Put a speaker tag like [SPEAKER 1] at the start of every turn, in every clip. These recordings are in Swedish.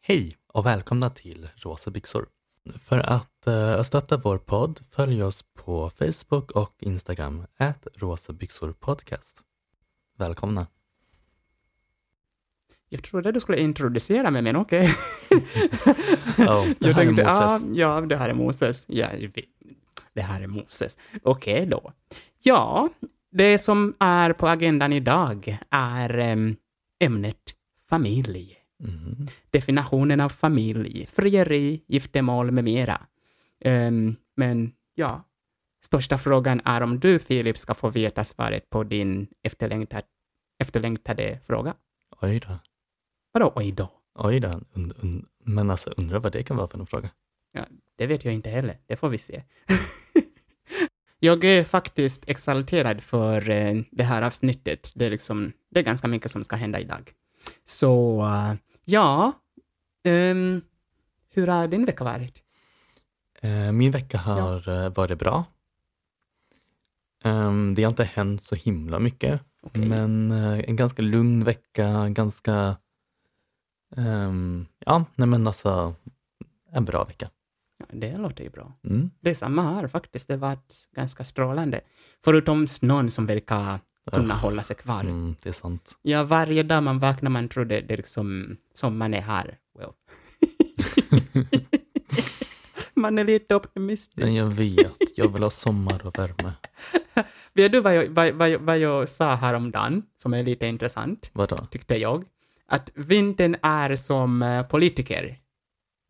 [SPEAKER 1] Hej och välkomna till Rosa byxor. För att eh, stötta vår podd följ oss på Facebook och Instagram, ät rosabyxorpodcast. Välkomna.
[SPEAKER 2] Jag trodde du skulle introducera mig, men okej.
[SPEAKER 1] Ja, det
[SPEAKER 2] jag
[SPEAKER 1] här är
[SPEAKER 2] tänkte,
[SPEAKER 1] Moses.
[SPEAKER 2] Ah, ja, det här är Moses. Ja, jag vet. det här är Moses. Okej då. Ja, det som är på agendan idag är em, ämnet familj.
[SPEAKER 1] Mm.
[SPEAKER 2] Definitionen av familj, frieri, giftermål med mera. Em, men ja, största frågan är om du, Filip, ska få veta svaret på din efterlängtad, efterlängtade fråga.
[SPEAKER 1] Oj då.
[SPEAKER 2] Vadå oj då?
[SPEAKER 1] Oj då. Und, und, men alltså undrar vad det kan vara för en fråga.
[SPEAKER 2] Det vet jag inte heller. Det får vi se. jag är faktiskt exalterad för eh, det här avsnittet. Det är, liksom, det är ganska mycket som ska hända idag. Så, eh, ja. Ehm, hur har din vecka varit?
[SPEAKER 1] Eh, Min vecka har eh, varit bra. Ehm, Det har inte hänt så himla mycket.
[SPEAKER 2] Okej.
[SPEAKER 1] Men eh, en ganska lugn vecka, ganska... ehm, ja, nej men alltså en bra vecka.
[SPEAKER 2] Ja, Det låter ju bra.
[SPEAKER 1] Mm.
[SPEAKER 2] Det är samma här faktiskt. Det har varit ganska strålande. Förutom snön som verkar kunna hålla sig kvar.
[SPEAKER 1] Mm, det är sant.
[SPEAKER 2] Ja, varje dag man vaknar man tror det, det är liksom sommaren är här. Well. man är lite optimistisk.
[SPEAKER 1] Men jag vet, jag vill ha sommar och värme.
[SPEAKER 2] Vet du vad jag, vad, vad, jag- vad jag sa häromdagen, som är lite intressant,
[SPEAKER 1] Vadå?
[SPEAKER 2] tyckte jag? Att vintern är som eh, politiker.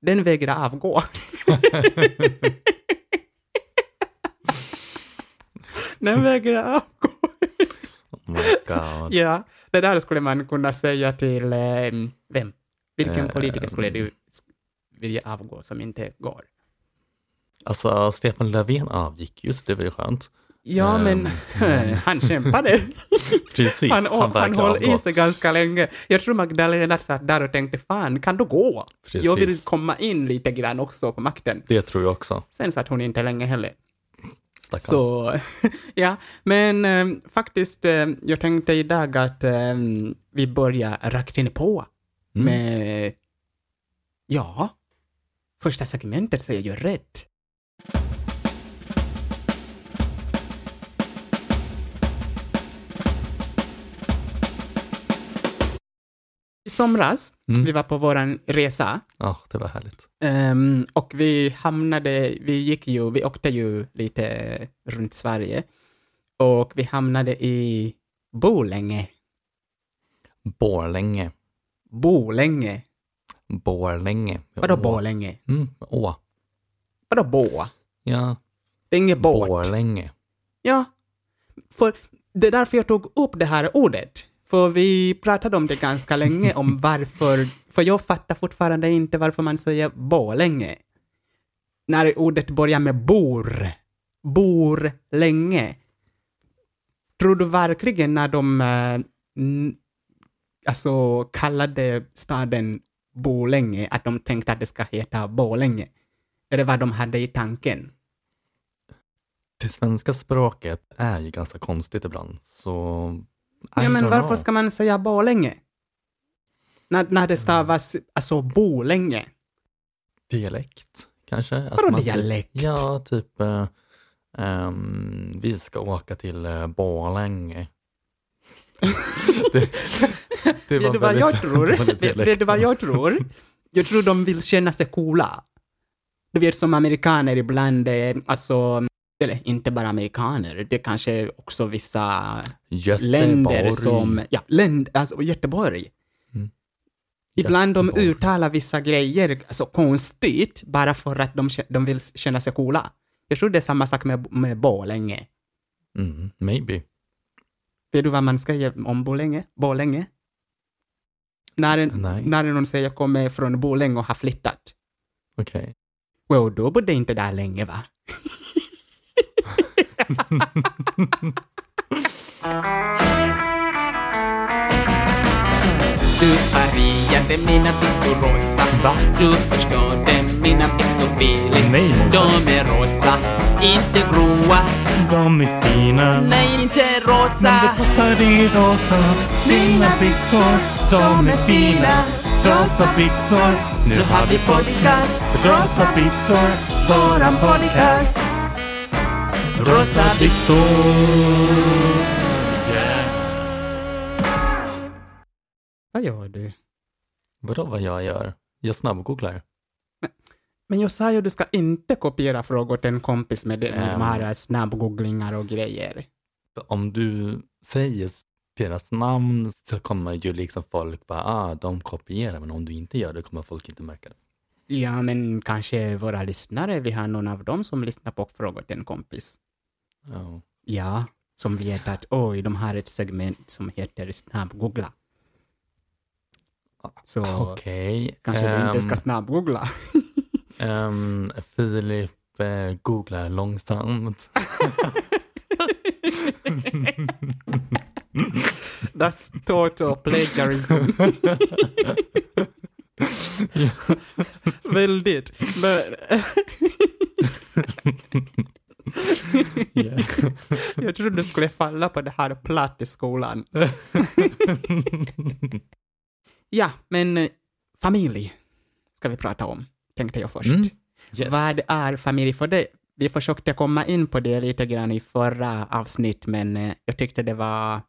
[SPEAKER 2] Den vägrar avgå. Den vägrar avgå.
[SPEAKER 1] Oh my god.
[SPEAKER 2] Ja, det där skulle man kunna säga till eh, vem? Vilken
[SPEAKER 1] Eh,
[SPEAKER 2] politiker skulle du s- vilja avgå som inte går?
[SPEAKER 1] Alltså, Stefan Löfven avgick ju, så det var ju skönt.
[SPEAKER 2] Ja,
[SPEAKER 1] Ehm,
[SPEAKER 2] men Mm. han kämpade.
[SPEAKER 1] Precis,
[SPEAKER 2] han, han, han
[SPEAKER 1] verkar
[SPEAKER 2] håller
[SPEAKER 1] avgå.
[SPEAKER 2] i sig ganska länge. Jag tror Magdalena satt där och tänkte, fan, kan du gå?
[SPEAKER 1] Precis.
[SPEAKER 2] Jag vill komma in lite grann också på makten.
[SPEAKER 1] Det tror jag också.
[SPEAKER 2] Sen satt hon inte länge heller.
[SPEAKER 1] Stackarn.
[SPEAKER 2] Så, ja. Men ehm, faktiskt, ehm, jag tänkte idag att ehm, vi börjar rakt in på
[SPEAKER 1] Mm.
[SPEAKER 2] med, ja, första segmentet säger ju rätt. I somras,
[SPEAKER 1] Mm.
[SPEAKER 2] vi var på våran resa
[SPEAKER 1] Ja, det var härligt.
[SPEAKER 2] Ehm, och vi hamnade, vi gick ju, vi åkte ju lite runt Sverige. Och vi hamnade i Borlänge.
[SPEAKER 1] Borlänge.
[SPEAKER 2] Borlänge.
[SPEAKER 1] Borlänge.
[SPEAKER 2] Vadå
[SPEAKER 1] Å.
[SPEAKER 2] Borlänge?
[SPEAKER 1] Mm, å.
[SPEAKER 2] Vadå Bå?
[SPEAKER 1] Ja,
[SPEAKER 2] Det är inget båt.
[SPEAKER 1] Borlänge.
[SPEAKER 2] Ja. För det är därför jag tog upp det här ordet. För vi pratade om det ganska länge, om varför... För jag fattar fortfarande inte varför man säger Borlänge. När ordet börjar med bor. Bor länge. Tror du verkligen när de eh, n- alltså kallade staden Borlänge att de tänkte att det ska heta Borlänge? Är det vad de hade i tanken?
[SPEAKER 1] Det svenska språket är ju ganska konstigt ibland, så... I
[SPEAKER 2] Ja, men
[SPEAKER 1] don't
[SPEAKER 2] varför
[SPEAKER 1] know.
[SPEAKER 2] ska man säga Borlänge? När, när det stavas
[SPEAKER 1] Mm.
[SPEAKER 2] alltså Borlänge.
[SPEAKER 1] Dialekt, kanske? Att
[SPEAKER 2] Vadå
[SPEAKER 1] man typ-
[SPEAKER 2] dialekt?
[SPEAKER 1] Ja, typ... eh, ehm, vi ska åka till uh, Borlänge. det, det
[SPEAKER 2] Vet du vad jag tror?
[SPEAKER 1] det var lite
[SPEAKER 2] Vet- Vet du vad jag tror? Jag tror de vill känna sig coola. Du vet som amerikaner ibland, eh, alltså, eller inte bara amerikaner, det kanske också vissa
[SPEAKER 1] Göteborg.
[SPEAKER 2] länder som, ja, länd, alltså och Göteborg.
[SPEAKER 1] Mm.
[SPEAKER 2] Ibland de
[SPEAKER 1] Göteborg.
[SPEAKER 2] uttalar vissa grejer alltså konstigt bara för att de, kä- de vill känna sig coola. Jag tror det är samma sak med, med Borlänge.
[SPEAKER 1] Mm, maybe.
[SPEAKER 2] Vet du vad man säger om Borlänge? Borlänge? När, en,
[SPEAKER 1] Nej.
[SPEAKER 2] när någon säger jag kommer från Borlänge och har flyttat.
[SPEAKER 1] Okej.
[SPEAKER 2] Well, då bodde jag inte där länge va?
[SPEAKER 3] Du färgade mina byxor rosa.
[SPEAKER 1] Va?
[SPEAKER 3] Du förstörde mina byxor Filip.
[SPEAKER 1] Nej, Moses.
[SPEAKER 3] De är rosa, inte gråa.
[SPEAKER 1] De är fina.
[SPEAKER 3] Nej, inte rosa.
[SPEAKER 1] passar i rosa.
[SPEAKER 3] Dina byxor, de är fina.
[SPEAKER 4] Rosa byxor, nu har vi podcast. Rosa byxor, våran podcast. Rosa byxor. Yeah.
[SPEAKER 2] Vad gör du?
[SPEAKER 1] Vadå vad jag gör? Jag snabbgooglar.
[SPEAKER 2] Men jag sa ju du ska inte kopiera frågor till en kompis med, det- med
[SPEAKER 1] Ehm.
[SPEAKER 2] de här snabbgooglingar och grejer.
[SPEAKER 1] Om du säger deras namn så kommer ju liksom folk bara, ah, de kopierar, men om du inte gör det kommer folk inte märka det.
[SPEAKER 2] Ja, men kanske våra lyssnare, vi har någon av dem som lyssnar på frågor till en kompis.
[SPEAKER 1] Ja.
[SPEAKER 2] Ja, som vet att oj, de har ett segment som heter snabbgoogla. Så
[SPEAKER 1] Okej.
[SPEAKER 2] kanske vi inte ska
[SPEAKER 1] ehm,
[SPEAKER 2] snabbgoogla.
[SPEAKER 1] ehm, Filip eh, googlar långsamt.
[SPEAKER 2] That's total plagiarism. Väldigt. Men
[SPEAKER 1] Yeah.
[SPEAKER 2] jag trodde du skulle falla på det här platt i skolan. ja, men eh, familj ska vi prata om, tänkte jag först.
[SPEAKER 1] Mm. Yes.
[SPEAKER 2] Vad är familj för dig? Vi försökte komma in på det lite grann i förra avsnitt, men eh, jag tyckte det var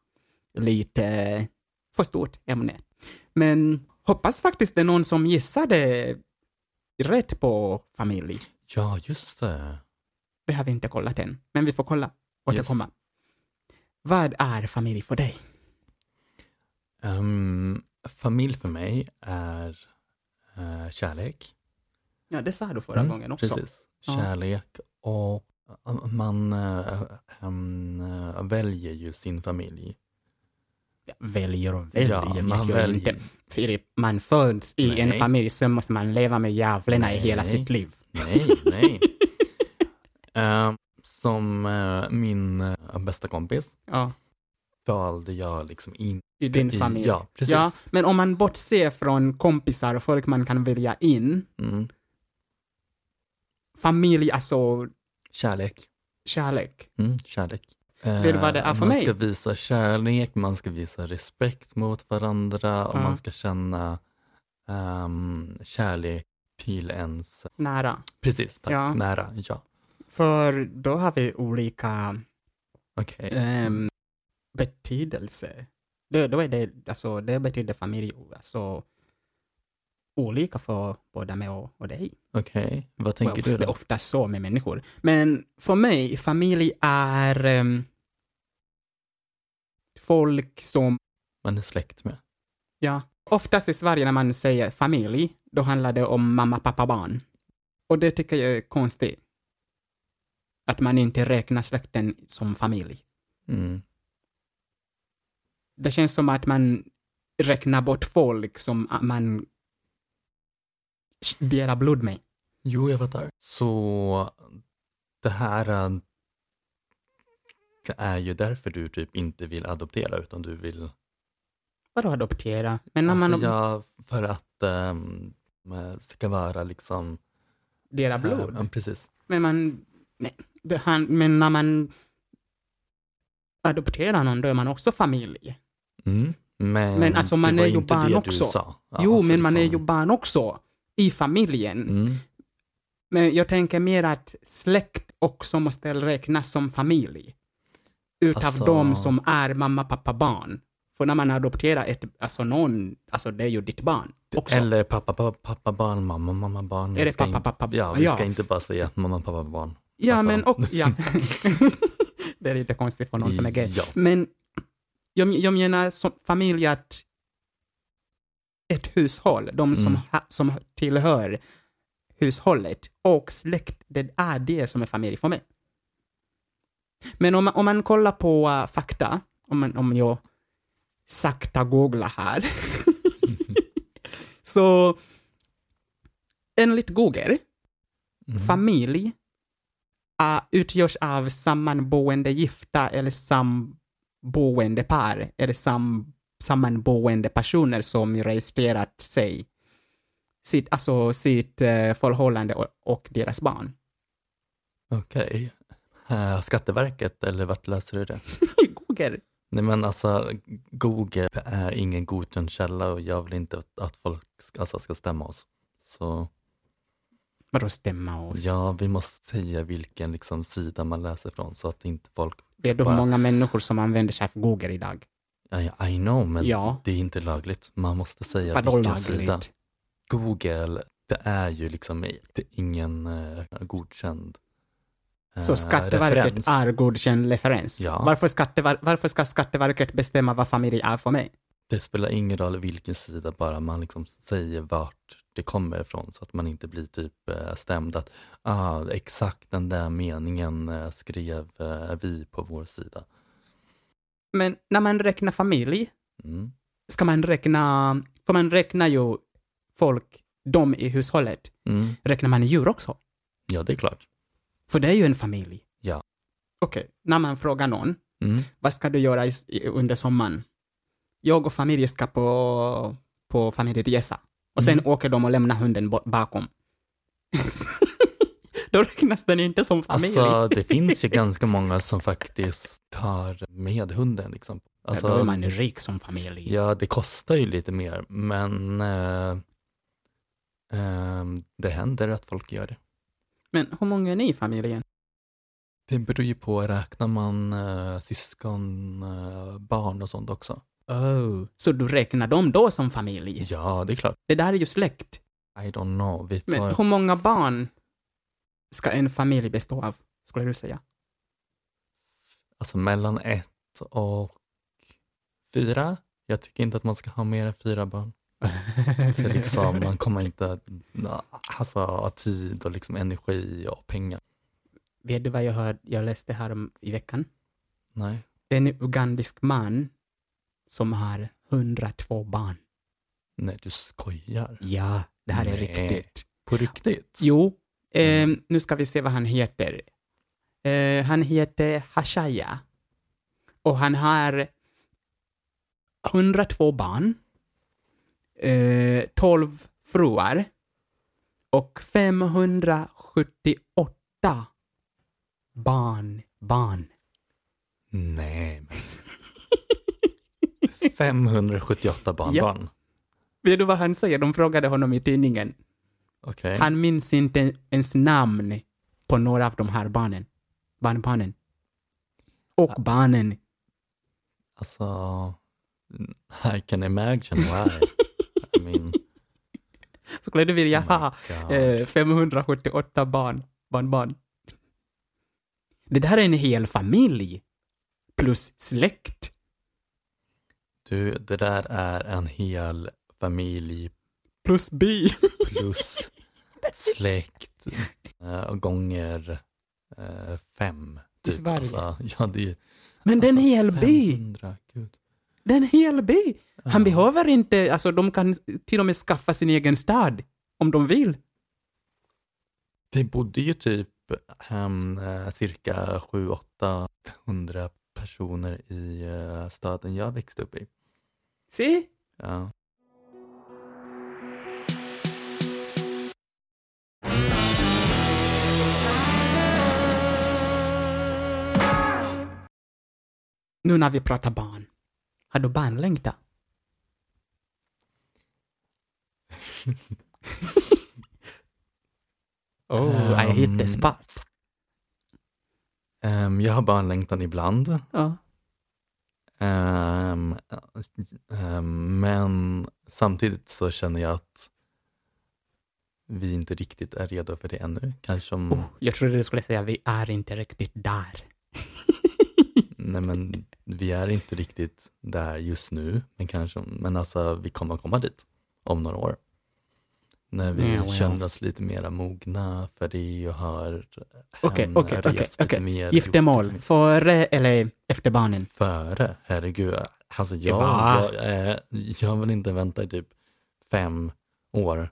[SPEAKER 2] lite för stort ämne. Men hoppas faktiskt det är någon som gissade rätt på familj.
[SPEAKER 1] Ja, just det.
[SPEAKER 2] Det har vi inte kollat än, men vi får kolla.
[SPEAKER 1] Yes.
[SPEAKER 2] Återkomma. Vad är familj för dig?
[SPEAKER 1] Ehm, familj för mig är eh, kärlek.
[SPEAKER 2] Ja, det sa du förra
[SPEAKER 1] Mm,
[SPEAKER 2] gången också.
[SPEAKER 1] Precis.
[SPEAKER 2] Ja.
[SPEAKER 1] Kärlek och eh, man eh, em, eh, väljer ju sin familj.
[SPEAKER 2] Ja, väljer och väljer,
[SPEAKER 1] Ja,
[SPEAKER 2] ja,
[SPEAKER 1] man
[SPEAKER 2] man väljer. inte.
[SPEAKER 1] väljer.
[SPEAKER 2] Filip, man föds i en
[SPEAKER 1] Nej.
[SPEAKER 2] familj, sen måste man leva med djävlarna i hela
[SPEAKER 1] Nej.
[SPEAKER 2] sitt liv.
[SPEAKER 1] Nej, nej. Ehm, som eh, min eh, bästa kompis
[SPEAKER 2] Ja,
[SPEAKER 1] valde jag liksom in
[SPEAKER 2] i din familj.
[SPEAKER 1] Ja, precis.
[SPEAKER 2] Ja, men om man bortser från kompisar och folk man kan välja in,
[SPEAKER 1] Mm.
[SPEAKER 2] familj, alltså
[SPEAKER 1] Kärlek.
[SPEAKER 2] kärlek.
[SPEAKER 1] Mm, kärlek.
[SPEAKER 2] Vet du vad det är
[SPEAKER 1] Eh,
[SPEAKER 2] för
[SPEAKER 1] man
[SPEAKER 2] mig?
[SPEAKER 1] ska visa kärlek, man ska visa respekt mot varandra och
[SPEAKER 2] Ja.
[SPEAKER 1] man ska känna ehm, kärlek till ens,
[SPEAKER 2] Nära.
[SPEAKER 1] precis, tack,
[SPEAKER 2] Ja.
[SPEAKER 1] nära, ja.
[SPEAKER 2] För då har vi olika
[SPEAKER 1] Okej.
[SPEAKER 2] ehm, betydelse. Det, då är det, alltså, det betyder familj, alltså olika för både mig och, och dig.
[SPEAKER 1] Okej, vad tänker
[SPEAKER 2] Well,
[SPEAKER 1] du
[SPEAKER 2] Det är
[SPEAKER 1] då?
[SPEAKER 2] ofta så med människor. Men för mig, familj är ehm, folk som
[SPEAKER 1] Man är släkt med.
[SPEAKER 2] Ja. Oftast i Sverige när man säger familj, då handlar det om mamma, pappa, barn. Och det tycker jag är konstigt. Att man inte räknar släkten som familj.
[SPEAKER 1] Mm.
[SPEAKER 2] Det känns som att man räknar bort folk som man delar blod med.
[SPEAKER 1] Jo, jag fattar. Så det här eh, det är ju därför du typ inte vill adoptera utan du vill
[SPEAKER 2] Vadå adoptera? Men när man
[SPEAKER 1] alltså, ja, för att um, det ska vara liksom... eh,
[SPEAKER 2] delar blod?
[SPEAKER 1] Ja, precis.
[SPEAKER 2] Men man... Nej, det han, men när man adopterar någon, då är man också familj.
[SPEAKER 1] Mm. Men,
[SPEAKER 2] Men alltså, man
[SPEAKER 1] det var
[SPEAKER 2] är ju
[SPEAKER 1] inte
[SPEAKER 2] barn
[SPEAKER 1] det
[SPEAKER 2] också.
[SPEAKER 1] Du sa. Ja,
[SPEAKER 2] jo,
[SPEAKER 1] alltså
[SPEAKER 2] men man är
[SPEAKER 1] liksom-
[SPEAKER 2] ju barn också. I familjen.
[SPEAKER 1] Mm.
[SPEAKER 2] Men jag tänker mer att släkt också måste räknas som familj. Utav
[SPEAKER 1] Alltså-
[SPEAKER 2] de som är mamma, pappa, barn. För när man adopterar ett, alltså någon, alltså det är ju ditt barn också.
[SPEAKER 1] Eller pappa, pappa, pappa, barn, mamma, mamma, barn. Vi
[SPEAKER 2] Är det
[SPEAKER 1] ska
[SPEAKER 2] pappa,
[SPEAKER 1] inte-
[SPEAKER 2] pappa,
[SPEAKER 1] Ja, vi
[SPEAKER 2] ja.
[SPEAKER 1] ska inte bara säga mamma, pappa, barn.
[SPEAKER 2] ja,
[SPEAKER 1] alltså-
[SPEAKER 2] men och, ja. det är lite konstigt för någon som är gay.
[SPEAKER 1] Ja.
[SPEAKER 2] Men jag, jag menar som familj att ett hushåll, de som,
[SPEAKER 1] Mm.
[SPEAKER 2] ha, som tillhör hushållet och släkt, det är det som är familj för mig. Men om, man- om man kollar på äh, fakta, om, man, om jag sakta googlar här, så enligt Google,
[SPEAKER 1] Mm.
[SPEAKER 2] familj uh, utgörs av sammanboende gifta eller samboende par eller sam, sammanboende personer som registrerat sig, sitt, alltså sitt eh, förhållande och, och deras barn.
[SPEAKER 1] Mm, Okej. Eh, Skatteverket, eller vart läser du det?
[SPEAKER 2] Google.
[SPEAKER 1] Nej men alltså Google är ingen godkänd källa och jag vill inte att folk ska- alltså, ska stämma oss. Så
[SPEAKER 2] Vadå stämma oss?
[SPEAKER 1] ja, vi måste säga vilken liksom, sida man läser från så att inte folk,
[SPEAKER 2] Det är då
[SPEAKER 1] bara-
[SPEAKER 2] många människor som använder sig av Google idag.
[SPEAKER 1] I, I know men
[SPEAKER 2] Ja.
[SPEAKER 1] det är inte lagligt. Man måste säga
[SPEAKER 2] Vadå
[SPEAKER 1] vilken sida.
[SPEAKER 2] lagligt?
[SPEAKER 1] Google, det är ju liksom inte- ingen eh, godkänd eh,
[SPEAKER 2] Så Skatteverket
[SPEAKER 1] referens.
[SPEAKER 2] är godkänd referens.
[SPEAKER 1] Ja.
[SPEAKER 2] Varför, skattever- varför ska Skatteverket bestämma vad familj är för mig?
[SPEAKER 1] Det spelar ingen roll vilken sida, bara man liksom säger vart det kommer ifrån så att man inte blir typ eh, stämd att ah, exakt den där meningen eh, skrev eh, vi på vår sida.
[SPEAKER 2] Men när man räknar familj,
[SPEAKER 1] Mm.
[SPEAKER 2] ska man räkna, för man räknar ju folk, de i hushållet,
[SPEAKER 1] Mm.
[SPEAKER 2] räknar man djur också?
[SPEAKER 1] Ja, det är klart.
[SPEAKER 2] För det är ju en familj.
[SPEAKER 1] Ja.
[SPEAKER 2] Okej, när man frågar någon,
[SPEAKER 1] Mm.
[SPEAKER 2] vad ska du göra i, i- under sommaren? Jag och familjen ska på, på familjeresa. Och
[SPEAKER 1] Mm.
[SPEAKER 2] sen åker de och lämnar hunden bo- bakom. Då räknas den inte som familj.
[SPEAKER 1] Alltså det finns ju ganska många som faktiskt tar med hunden. Liksom. Alltså,
[SPEAKER 2] Då är man rik som familj.
[SPEAKER 1] Ja, det kostar ju lite mer, men eh, ehm, det händer att folk gör det.
[SPEAKER 2] Men hur många är ni i familjen?
[SPEAKER 1] Det beror ju på, räknar man eh, syskon, eh, barn och sånt också?
[SPEAKER 2] Oh. Så du räknar dem då som familj?
[SPEAKER 1] Ja, det är klart.
[SPEAKER 2] Det där är ju släkt.
[SPEAKER 1] I don't know. Vi får...
[SPEAKER 2] Men hur många barn ska en familj bestå av, skulle du säga?
[SPEAKER 1] Alltså mellan ett och fyra. Jag tycker inte att man ska ha mer än fyra barn. För liksom, man kommer inte alltså, ha tid och liksom energi och pengar.
[SPEAKER 2] Vet du vad jag, hörde, jag läste här om, i veckan?
[SPEAKER 1] Nej.
[SPEAKER 2] Det är en ugandisk man som har 102 barn.
[SPEAKER 1] Nej, du skojar.
[SPEAKER 2] Ja, det här är
[SPEAKER 1] Nej.
[SPEAKER 2] riktigt.
[SPEAKER 1] På riktigt?
[SPEAKER 2] Jo, ehm, nu ska vi se vad han heter. Eh, han heter Hashaya. Och han har 102 barn, eh, 12 fruar och 578 barn, barn.
[SPEAKER 1] Nej, men... 578 barnbarn.
[SPEAKER 2] Vet du vad han säger? De frågade honom i tidningen.
[SPEAKER 1] Okej.
[SPEAKER 2] Han minns inte ens namn på några av de här barnen. Barnbarnen. Och barnen.
[SPEAKER 1] Alltså, I can imagine why. I mean,
[SPEAKER 2] Skulle du vilja
[SPEAKER 1] oh
[SPEAKER 2] ha
[SPEAKER 1] my God.
[SPEAKER 2] eh, 578 barn, barnbarn? Det där är en hel familj. Plus släkt.
[SPEAKER 1] Du, det där är en hel familj
[SPEAKER 2] Plus by.
[SPEAKER 1] plus släkt eh, gånger eh, fem. Typ.
[SPEAKER 2] Sverige.
[SPEAKER 1] Alltså, ja, det är
[SPEAKER 2] Men det är en hel by.
[SPEAKER 1] 500, Alltså, gud.
[SPEAKER 2] Det är en hel by. Han
[SPEAKER 1] Ja.
[SPEAKER 2] behöver inte, alltså de kan till och med skaffa sin egen stad. Om de vill.
[SPEAKER 1] Det bodde ju typ ehm, eh, cirka 700-800 personer i eh, staden jag växte upp i.
[SPEAKER 2] Se?
[SPEAKER 1] Ja.
[SPEAKER 2] Nu när vi pratar barn. Har du barnlängtan? Oh, I hit the
[SPEAKER 1] Ehm,
[SPEAKER 2] spot.
[SPEAKER 1] ehm, jag har barnlängtan ibland.
[SPEAKER 2] Ja.
[SPEAKER 1] Ehm, ehm, men samtidigt så känner jag att vi inte riktigt är redo för det ännu. Kanske om,
[SPEAKER 2] Oh, jag trodde du skulle säga vi är inte riktigt där.
[SPEAKER 1] nej men vi är inte riktigt där just nu, men kanske om, men alltså vi kommer komma dit om några år. När vi
[SPEAKER 2] Ja, ja.
[SPEAKER 1] känner oss lite mera mogna för det och har
[SPEAKER 2] Okej,
[SPEAKER 1] hem-
[SPEAKER 2] okej, okej,
[SPEAKER 1] rest lite
[SPEAKER 2] okej.
[SPEAKER 1] mer, gjort lite
[SPEAKER 2] Giftermål,
[SPEAKER 1] mer.
[SPEAKER 2] före eller efter barnen?
[SPEAKER 1] Före, herregud. Alltså jag,
[SPEAKER 2] Va?
[SPEAKER 1] jag, eh, jag vill inte vänta i typ fem år,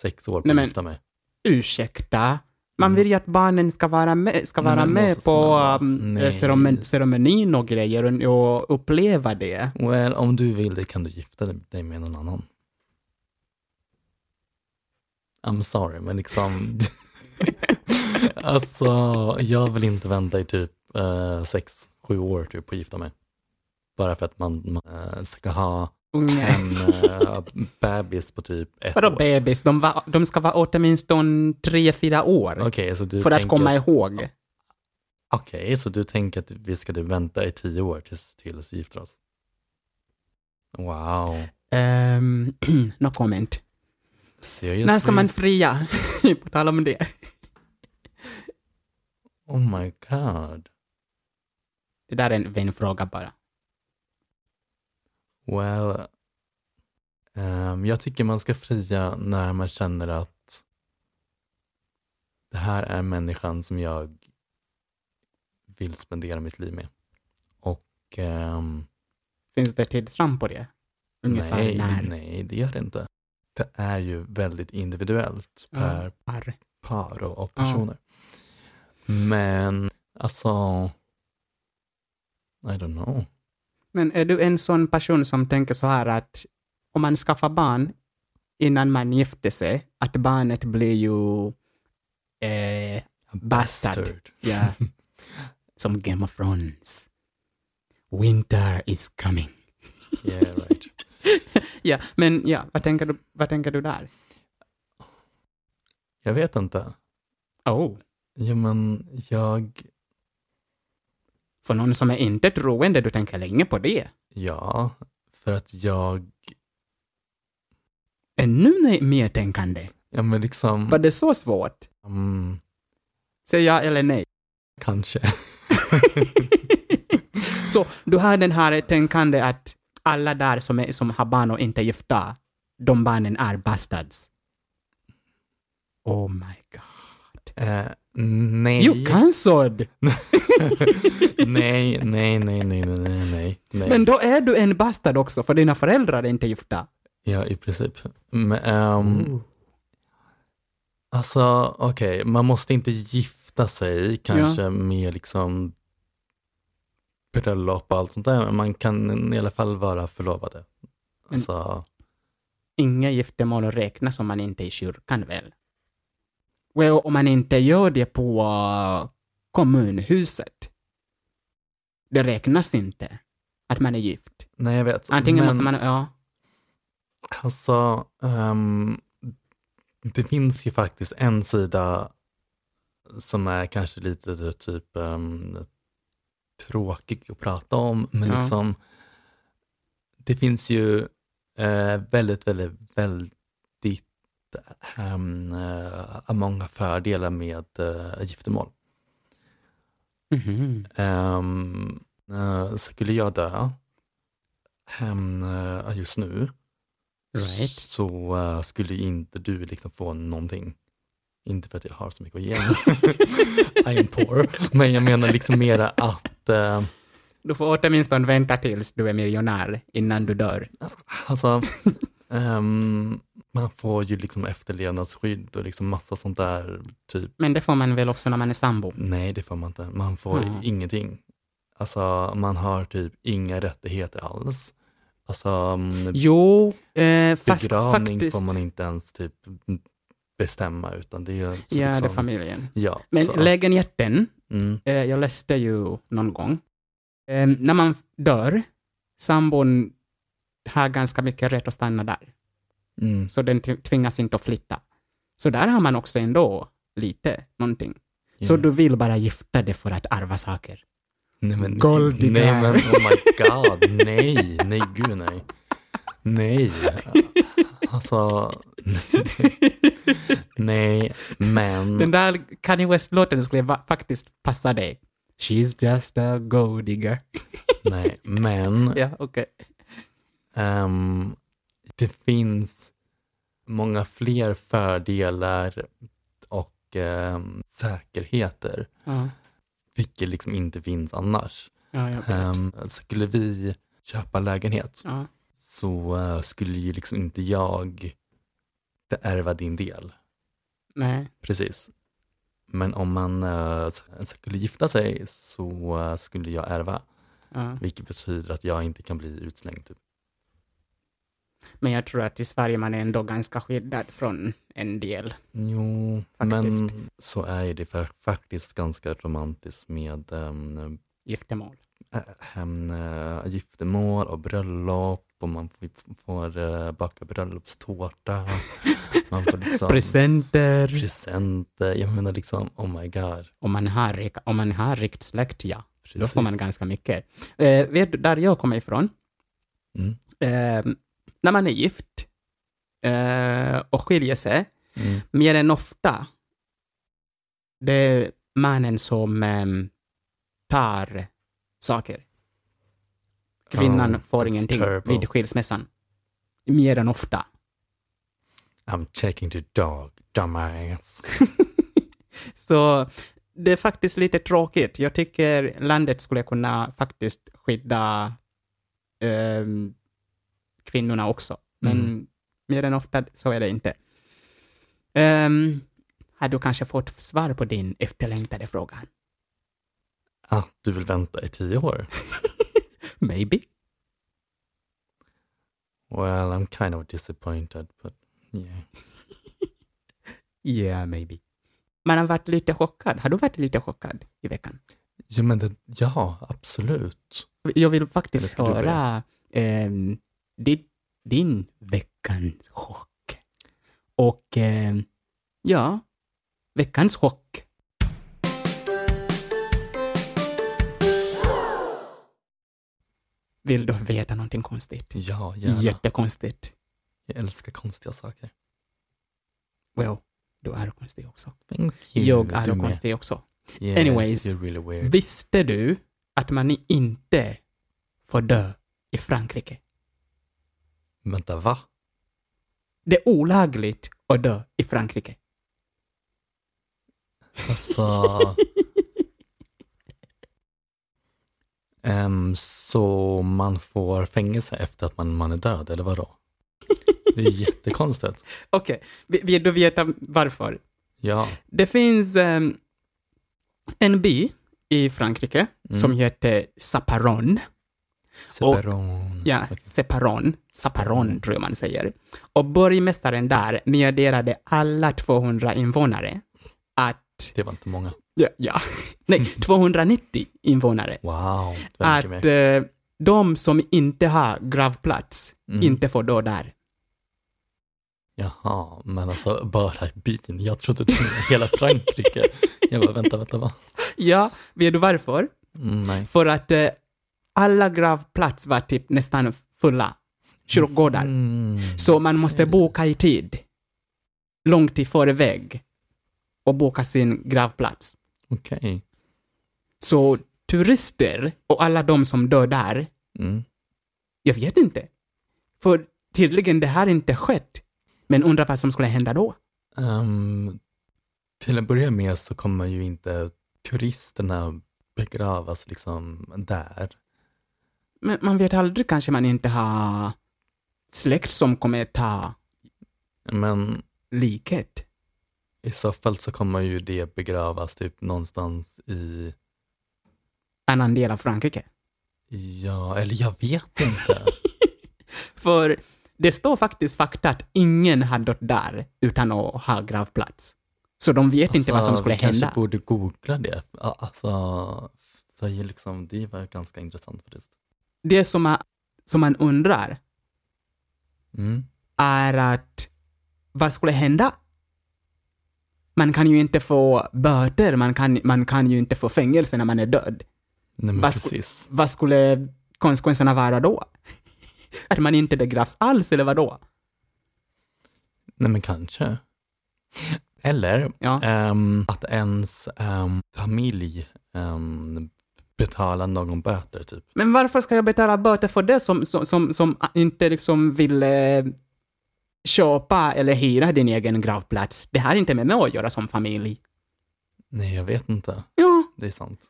[SPEAKER 1] sex år på
[SPEAKER 2] Nej,
[SPEAKER 1] att
[SPEAKER 2] men-
[SPEAKER 1] gifta mig.
[SPEAKER 2] Ursäkta? Man vill ju att barnen ska vara med, ska
[SPEAKER 1] Nej,
[SPEAKER 2] vara
[SPEAKER 1] Mm. men
[SPEAKER 2] med
[SPEAKER 1] Moses,
[SPEAKER 2] på
[SPEAKER 1] snälla.
[SPEAKER 2] um,
[SPEAKER 1] Nej.
[SPEAKER 2] ceremonin, ceremonin och grejer och, och uppleva det.
[SPEAKER 1] Well, om du vill det kan du gifta dig med någon annan. I'm sorry, men liksom... alltså, jag vill inte vänta i typ eh, sex, sju år typ på att gifta mig. bara för att man, man eh, ska ha
[SPEAKER 2] Unge.
[SPEAKER 1] en eh, bebis på typ ett
[SPEAKER 2] Vadå
[SPEAKER 1] år.
[SPEAKER 2] bebis? De, var, de ska vara åtminstone tre, fyra år.
[SPEAKER 1] Okej, så du
[SPEAKER 2] för att
[SPEAKER 1] tänker-
[SPEAKER 2] komma ihåg.
[SPEAKER 1] Okej, så du tänker att vi ska du vänta i tio år tills, tills vi gifter oss? Wow.
[SPEAKER 2] Um, no comment.
[SPEAKER 1] Seriously?
[SPEAKER 2] När ska man fria? på tal om det.
[SPEAKER 1] Oh my god.
[SPEAKER 2] Det där är en vänfråga bara.
[SPEAKER 1] Well, ehm, jag tycker man ska fria när man känner att det här är människan som jag vill spendera mitt liv med. Och ehm,
[SPEAKER 2] Finns det tidsram på det? Ungefär
[SPEAKER 1] nej,
[SPEAKER 2] när?
[SPEAKER 1] nej, det gör det inte. Det är ju väldigt individuellt
[SPEAKER 2] Ja,
[SPEAKER 1] per
[SPEAKER 2] par.
[SPEAKER 1] par och, och
[SPEAKER 2] Ja.
[SPEAKER 1] personer. Men alltså, I don't know.
[SPEAKER 2] Men är du en sån person som tänker så här att om man skaffar barn innan man gifter sig, att barnet blir ju eh, Bastard. Ja. Som Game of Thrones. Winter is coming.
[SPEAKER 1] Yeah, right.
[SPEAKER 2] Ja, men ja, vad tänker du, vad tänker du där?
[SPEAKER 1] Jag vet inte.
[SPEAKER 2] Oh.
[SPEAKER 1] Jo, men jag,
[SPEAKER 2] För någon som är inte troende, du tänker länge på det.
[SPEAKER 1] ja, för att jag,
[SPEAKER 2] Ännu mer- mer tänkande.
[SPEAKER 1] ja men liksom,
[SPEAKER 2] Var det så svårt?
[SPEAKER 1] mm,
[SPEAKER 2] Säger jag eller nej?
[SPEAKER 1] kanske.
[SPEAKER 2] Så du har den här tänkande att alla där som, är, som har barn och inte är gifta, de barnen är bastards. Oh my god.
[SPEAKER 1] Eh, nej.
[SPEAKER 2] You cancelled!
[SPEAKER 1] nej, nej, nej, nej, nej, nej, nej, nej.
[SPEAKER 2] Men då är du en bastard också, för dina föräldrar är inte gifta.
[SPEAKER 1] Ja, i princip. Men, ehm,
[SPEAKER 2] Ooh.
[SPEAKER 1] Alltså, okej, man måste inte gifta sig kanske med liksom bröllop och allt sånt där, men man kan i alla fall vara förlovade.
[SPEAKER 2] Men-
[SPEAKER 1] Alltså,
[SPEAKER 2] Inga giftermål räknas om man inte är i kyrkan väl? Well, om man inte gör det på eh, kommunhuset. Det räknas inte att man är gift.
[SPEAKER 1] nej jag vet.
[SPEAKER 2] Antingen
[SPEAKER 1] men,
[SPEAKER 2] måste man, ja.
[SPEAKER 1] Alltså, ehm, det finns ju faktiskt en sida som är kanske lite typ ehm, tråkig att prata om, men
[SPEAKER 2] Ja.
[SPEAKER 1] liksom det finns ju eh, väldigt, väldigt, väldigt ehm, eh, många fördelar med eh, giftermål.
[SPEAKER 2] Mhm.
[SPEAKER 1] Ehm, eh, skulle jag dö hem eh, just nu
[SPEAKER 2] Right.
[SPEAKER 1] så eh, skulle inte du liksom få någonting. Inte för att jag har så mycket att ge. I am poor. Men jag menar liksom mera att eh,
[SPEAKER 2] Du får åtminstone vänta tills du är miljonär innan du dör.
[SPEAKER 1] alltså, ehm, man får ju liksom efterlevnadsskydd och liksom massa sånt där. Typ,
[SPEAKER 2] Men det får man väl också när man är sambo?
[SPEAKER 1] nej det får man inte. Man får
[SPEAKER 2] Mm.
[SPEAKER 1] ingenting. Alltså man har typ inga rättigheter alls. Alltså mm,
[SPEAKER 2] Jo, eh, fast
[SPEAKER 1] begravning
[SPEAKER 2] faktiskt.
[SPEAKER 1] får man inte ens typ bestämma utan det är ju... så
[SPEAKER 2] ja, det är
[SPEAKER 1] liksom-
[SPEAKER 2] familjen.
[SPEAKER 1] Ja,
[SPEAKER 2] Men
[SPEAKER 1] så-
[SPEAKER 2] lägenheten,
[SPEAKER 1] mm.
[SPEAKER 2] eh, jag läste ju någon gång. Eh, när man dör, sambon har ganska mycket rätt att stanna där.
[SPEAKER 1] Mm.
[SPEAKER 2] Så den t- tvingas inte att flytta. Så där har man också ändå lite, någonting. Så
[SPEAKER 1] Ja.
[SPEAKER 2] du vill bara gifta dig för att arva saker.
[SPEAKER 1] Nej men,
[SPEAKER 2] Goldig
[SPEAKER 1] nej,
[SPEAKER 2] där.
[SPEAKER 1] men oh my god, nej, nej gud nej. Nej, alltså, nej,
[SPEAKER 2] Den
[SPEAKER 1] men,
[SPEAKER 2] där Kanye West-låten skulle va- faktiskt passa dig. She's just a gold digger.
[SPEAKER 1] nej, men,
[SPEAKER 2] Ja, okej.
[SPEAKER 1] ehm, det finns många fler fördelar och ehm, säkerheter,
[SPEAKER 2] Ja,
[SPEAKER 1] vilket liksom inte finns annars.
[SPEAKER 2] ja, jag vet.
[SPEAKER 1] Ehm, skulle vi köpa lägenhet
[SPEAKER 2] ja.
[SPEAKER 1] så eh, skulle ju liksom inte jag ärva din del.
[SPEAKER 2] Nej.
[SPEAKER 1] Precis. Men om man eh, s- skulle gifta sig så eh, skulle jag ärva,
[SPEAKER 2] Ja.
[SPEAKER 1] vilket betyder att jag inte kan bli utslängd. Typ.
[SPEAKER 2] Men jag tror att i Sverige man är ändå ganska skyddad från en del.
[SPEAKER 1] Jo,
[SPEAKER 2] Faktiskt.
[SPEAKER 1] men så är ju det fa- faktiskt ganska romantiskt med, ehm,
[SPEAKER 2] giftermål.
[SPEAKER 1] eh, hem, eh, giftermål och bröllop och man får, får eh, baka bröllopstårta. man får liksom
[SPEAKER 2] Presenter.
[SPEAKER 1] presenter. Jag menar liksom, oh my god.
[SPEAKER 2] Om man har, rik- om man har rikt släkt, ja. Då får
[SPEAKER 1] Precis.
[SPEAKER 2] man ganska mycket. Eh, vet du, där jag kommer ifrån,
[SPEAKER 1] Mm.
[SPEAKER 2] eh, när man är gift eh, och skiljer sig,
[SPEAKER 1] Mm.
[SPEAKER 2] mer än ofta, det är mannen som eh, tar saker. Kvinnan
[SPEAKER 1] Oh,
[SPEAKER 2] får
[SPEAKER 1] that's
[SPEAKER 2] ingenting
[SPEAKER 1] terrible.
[SPEAKER 2] vid skilsmässan. Mer än ofta.
[SPEAKER 1] I'm taking the dog, dumbass.
[SPEAKER 2] Så det är faktiskt lite tråkigt. Jag tycker landet skulle kunna faktiskt skydda ehm, kvinnorna också. Men
[SPEAKER 1] Mm.
[SPEAKER 2] mer än ofta så är det inte. Um, har du kanske fått svar på din efterlängtade fråga?
[SPEAKER 1] Att Ah, du vill vänta i tio år?
[SPEAKER 2] Maybe.
[SPEAKER 1] Well, I'm kind of disappointed, but yeah.
[SPEAKER 2] Yeah, maybe. Man har varit lite chockad. Har du varit lite chockad i veckan?
[SPEAKER 1] Jo, men det, ja, absolut.
[SPEAKER 2] Jag vill faktiskt
[SPEAKER 1] Eller ska du
[SPEAKER 2] höra ehm, din, din veckans chock. Och ehm, ja, veckans chock. Vill du veta någonting konstigt?
[SPEAKER 1] Ja, gärna.
[SPEAKER 2] Jättekonstigt.
[SPEAKER 1] Jag älskar konstiga saker.
[SPEAKER 2] Well, du är konstig också.
[SPEAKER 1] Thank you.
[SPEAKER 2] Jag är
[SPEAKER 1] Du med.
[SPEAKER 2] konstig också.
[SPEAKER 1] Yeah,
[SPEAKER 2] Anyways.
[SPEAKER 1] You're really weird.
[SPEAKER 2] Visste du att man inte får dö i Frankrike?
[SPEAKER 1] Vänta, va?
[SPEAKER 2] Det är olagligt att dö i Frankrike.
[SPEAKER 1] Alltså... Ehm, så man får fängelse efter att man, man är död, eller vadå? Det är jättekonstigt.
[SPEAKER 2] Okej, vi vill du veta varför?
[SPEAKER 1] Ja.
[SPEAKER 2] Det finns ehm, en by i Frankrike som heter Saparon.
[SPEAKER 1] Separon.
[SPEAKER 2] Ja, Separon. Saparon tror jag man säger. Och borgmästaren där meddelade alla 200 invånare att...
[SPEAKER 1] Det var inte många.
[SPEAKER 2] Ja. ja. Nej, 290 invånare.
[SPEAKER 1] Wow. det var mycket
[SPEAKER 2] att
[SPEAKER 1] mer.
[SPEAKER 2] eh, de som inte har gravplats
[SPEAKER 1] Mm.
[SPEAKER 2] inte får dö där.
[SPEAKER 1] Jaha, men alltså bara i byn. Jag trodde det var hela Frankrike. Jag bara, vänta, vänta, va?
[SPEAKER 2] Ja, vet du varför?
[SPEAKER 1] Mm, nej.
[SPEAKER 2] För att eh, alla gravplats var typ nästan fulla kyrkogårdar.
[SPEAKER 1] Mm.
[SPEAKER 2] Så man måste boka i tid, långt i förväg, och boka sin gravplats.
[SPEAKER 1] Okej.
[SPEAKER 2] Så turister och alla de som dör där,
[SPEAKER 1] Mm.
[SPEAKER 2] jag vet inte. För tydligen det här inte skett. Men undrar vad som skulle hända då?
[SPEAKER 1] Ehm, till att börja med så kommer ju inte turisterna begravas liksom där.
[SPEAKER 2] Men man vet aldrig, kanske man inte har släkt som kommer ta
[SPEAKER 1] Men
[SPEAKER 2] liket.
[SPEAKER 1] i så fall så kommer ju det begravas typ någonstans i,
[SPEAKER 2] Annan del av Frankrike.
[SPEAKER 1] ja, eller jag vet inte.
[SPEAKER 2] För det står faktiskt fakta att ingen har dött där utan att ha gravplats. Så de vet inte vad som
[SPEAKER 1] Alltså,
[SPEAKER 2] skulle
[SPEAKER 1] vi kanske
[SPEAKER 2] hända.
[SPEAKER 1] borde googla det. Ja, Alltså, för ju liksom, det var ganska intressant faktiskt.
[SPEAKER 2] Det som, man- som man undrar
[SPEAKER 1] Mm.
[SPEAKER 2] är att vad skulle hända? Man kan ju inte få böter, man kan, man kan ju inte få fängelse när man är död.
[SPEAKER 1] Nej, men
[SPEAKER 2] Vad sku-
[SPEAKER 1] precis.
[SPEAKER 2] Vad skulle konsekvenserna vara då? Att man inte begravs alls, eller vad då?
[SPEAKER 1] Nej, men kanske. Eller
[SPEAKER 2] Ja.
[SPEAKER 1] ehm, att ens ehm, familj um, betalar någon böter, typ.
[SPEAKER 2] Men varför ska jag betala böter för det som, som, som, som inte liksom vill eh, köpa eller hyra din egen gravplats? Det här är inte med mig att göra som familj.
[SPEAKER 1] Nej, jag vet inte.
[SPEAKER 2] Ja,
[SPEAKER 1] Det är sant.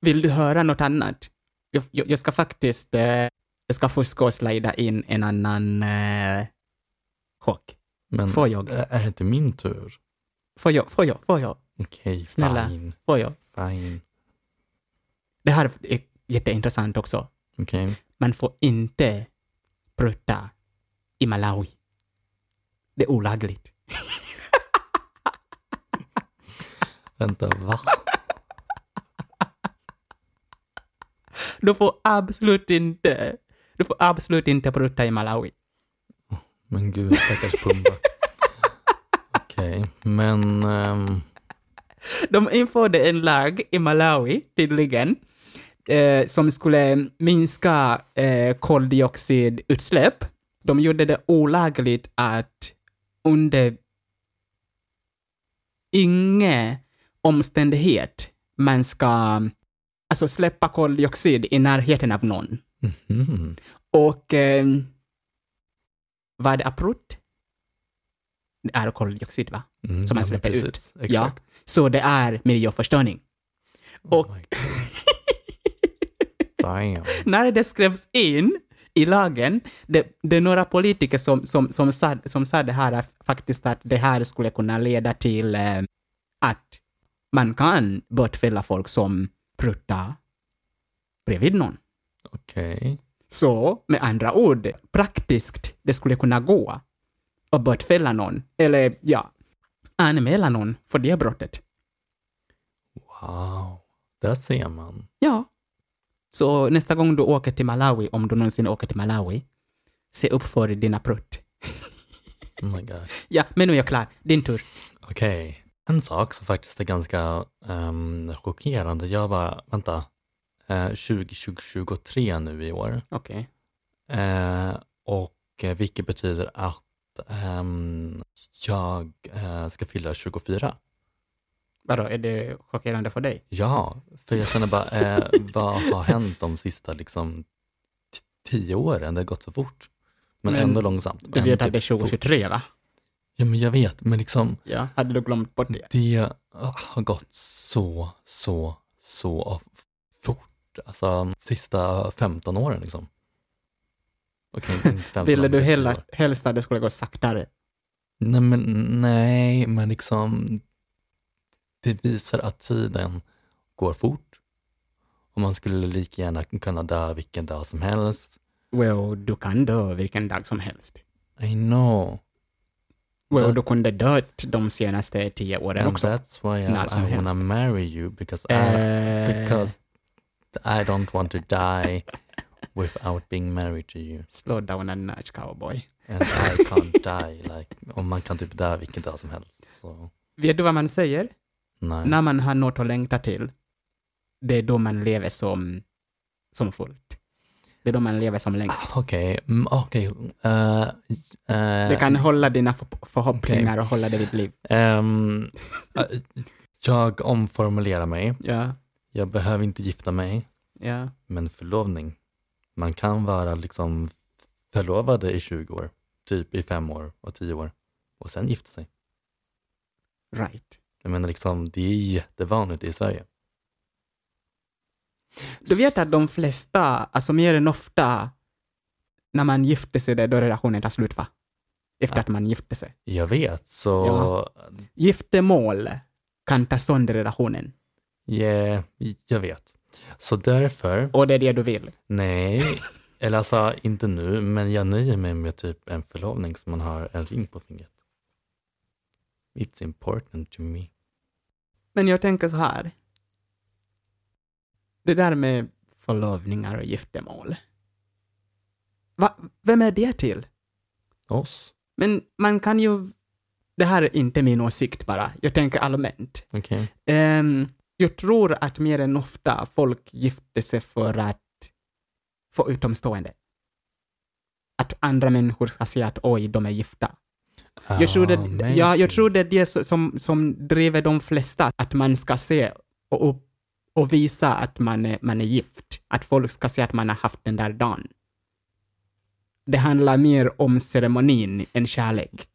[SPEAKER 2] vill du höra något annat? Jag, jag, jag ska faktiskt, eh, jag ska fuska och slida in en annan eh, chock.
[SPEAKER 1] Men
[SPEAKER 2] Får jag?
[SPEAKER 1] ä- är det inte min tur?
[SPEAKER 2] Får jag, får jag, får jag,
[SPEAKER 1] Okej,
[SPEAKER 2] Snälla.
[SPEAKER 1] fine.
[SPEAKER 2] får jag?
[SPEAKER 1] Fine.
[SPEAKER 2] Det här är jätteintressant också.
[SPEAKER 1] Okej.
[SPEAKER 2] Man får inte prutta i Malawi. Det är olagligt.
[SPEAKER 1] Vänta, va?
[SPEAKER 2] Du får absolut inte, du får absolut inte pruta i Malawi.
[SPEAKER 1] Men gud, stackars Pumba. Okej, men ehm,
[SPEAKER 2] De införde en lag i Malawi, tydligen, eh, som skulle minska eh, koldioxidutsläpp. De gjorde det olagligt att under ingen omständighet man ska alltså, släppa koldioxid i närheten av någon.
[SPEAKER 1] mhm.
[SPEAKER 2] Och eh, vad är prutt? Det är koldioxid, va?
[SPEAKER 1] Mm,
[SPEAKER 2] Som man
[SPEAKER 1] ja, men
[SPEAKER 2] släpper ut.
[SPEAKER 1] precis, Exakt.
[SPEAKER 2] Ja, så det är miljöförstöring. Och-
[SPEAKER 1] Oh my God. Damn.
[SPEAKER 2] när det skrevs in i lagen, det, det är några politiker som, som, som, sa, som sa det här att faktiskt att det här skulle kunna leda till eh, att man kan bötfälla folk som pruttar bredvid någon.
[SPEAKER 1] Okej.
[SPEAKER 2] Så med andra ord, praktiskt, det skulle kunna gå att bötfälla någon, eller ja, anmäla någon för det brottet.
[SPEAKER 1] Wow. Där ser man.
[SPEAKER 2] Ja. Så nästa gång du åker till Malawi, om du någonsin åker till Malawi, se upp för dina prutt.
[SPEAKER 1] Oh my God.
[SPEAKER 2] Ja, men nu är jag klar. Din tur.
[SPEAKER 1] Okej. En sak som faktiskt är ganska um, chockerande. Jag bara, vänta. Eh, 2023 nu i år.
[SPEAKER 2] Okej.
[SPEAKER 1] Eh, och eh, vilket betyder att ehm, jag eh, ska fylla 24.
[SPEAKER 2] Vadå, är det chockerande för dig?
[SPEAKER 1] Ja, för jag känner bara, eh, vad har hänt de sista liksom t- tio åren? Det har gått så fort. Men,
[SPEAKER 2] Men
[SPEAKER 1] ändå långsamt.
[SPEAKER 2] Du
[SPEAKER 1] Men
[SPEAKER 2] vet att
[SPEAKER 1] typ
[SPEAKER 2] det
[SPEAKER 1] fort.
[SPEAKER 2] är 2023, va?
[SPEAKER 1] Ja, men jag vet. Men liksom,
[SPEAKER 2] Ja. Hade du glömt bort det?
[SPEAKER 1] det eh, har gått så, så, så f- fort. Alltså sista 15 åren liksom. Okej, inte 15
[SPEAKER 2] Ville
[SPEAKER 1] men
[SPEAKER 2] du
[SPEAKER 1] typ tio
[SPEAKER 2] hela,
[SPEAKER 1] år.
[SPEAKER 2] helst att det skulle gå saktare?
[SPEAKER 1] Nej men, nej, men liksom det visar att tiden går fort. Och man skulle lika gärna kunna dö vilken dag som helst.
[SPEAKER 2] Well, du kan dö vilken dag som helst.
[SPEAKER 1] I know.
[SPEAKER 2] Well,
[SPEAKER 1] Dö-
[SPEAKER 2] du kunde dött de senaste tio åren
[SPEAKER 1] And
[SPEAKER 2] också.
[SPEAKER 1] that's why I,
[SPEAKER 2] När som
[SPEAKER 1] I wanna
[SPEAKER 2] helst.
[SPEAKER 1] marry you because I, Ah,
[SPEAKER 2] Eh,
[SPEAKER 1] because I don't want to die without being married to you.
[SPEAKER 2] Slow down a nudge cowboy.
[SPEAKER 1] And I can't die. Like, och man kan typ dö vilken dag som helst. Så,
[SPEAKER 2] Vet du vad man säger?
[SPEAKER 1] nej.
[SPEAKER 2] När man har något att längta till, det är då man lever som, som fullt. Det är då man lever som längst.
[SPEAKER 1] Ah, Okej, mm, okej. Eh, eh,
[SPEAKER 2] Du kan hålla dina förp- förhoppningar
[SPEAKER 1] Okej.
[SPEAKER 2] och hålla det vid liv.
[SPEAKER 1] Ehm, eh, jag omformulerar mig.
[SPEAKER 2] Ja,
[SPEAKER 1] Jag behöver inte gifta mig,
[SPEAKER 2] ja.
[SPEAKER 1] men förlovning. Man kan vara liksom förlovade i 20 år, typ i 5 år och 10 år och sen gifta sig.
[SPEAKER 2] Right.
[SPEAKER 1] Jag menar liksom, det är jättevanligt i Sverige.
[SPEAKER 2] Du vet att de flesta, alltså mer än ofta, när man gifter sig, det är då relationen tar slut va? Efter att man gifte sig.
[SPEAKER 1] Jag vet, så
[SPEAKER 2] Giftermål kan ta sönder relationen.
[SPEAKER 1] yeah, jag vet. Så därför,
[SPEAKER 2] Och det är det du vill.
[SPEAKER 1] nej, eller alltså inte nu, men jag nöjer mig med typ en förlovning som man har en ring på fingret. It's important to me.
[SPEAKER 2] Men jag tänker så här. Det där med förlovningar och giftermål. Va? Vem är det till?
[SPEAKER 1] Oss?
[SPEAKER 2] Men man kan ju... Det här är inte min åsikt bara. Jag tänker allmänt.
[SPEAKER 1] Okej.
[SPEAKER 2] Ehm, jag tror att mer än ofta folk gifter sig för att få utomstående. Att andra människor ska säga att oj, de är gifta. Jag tror det,
[SPEAKER 1] Amen.
[SPEAKER 2] ja, jag tror det är det so- som, som driver de flesta, att man ska se och, och, och visa att man är, man är gift. Att folk ska se att man har haft den där dagen. Det handlar mer om ceremonin än kärlek,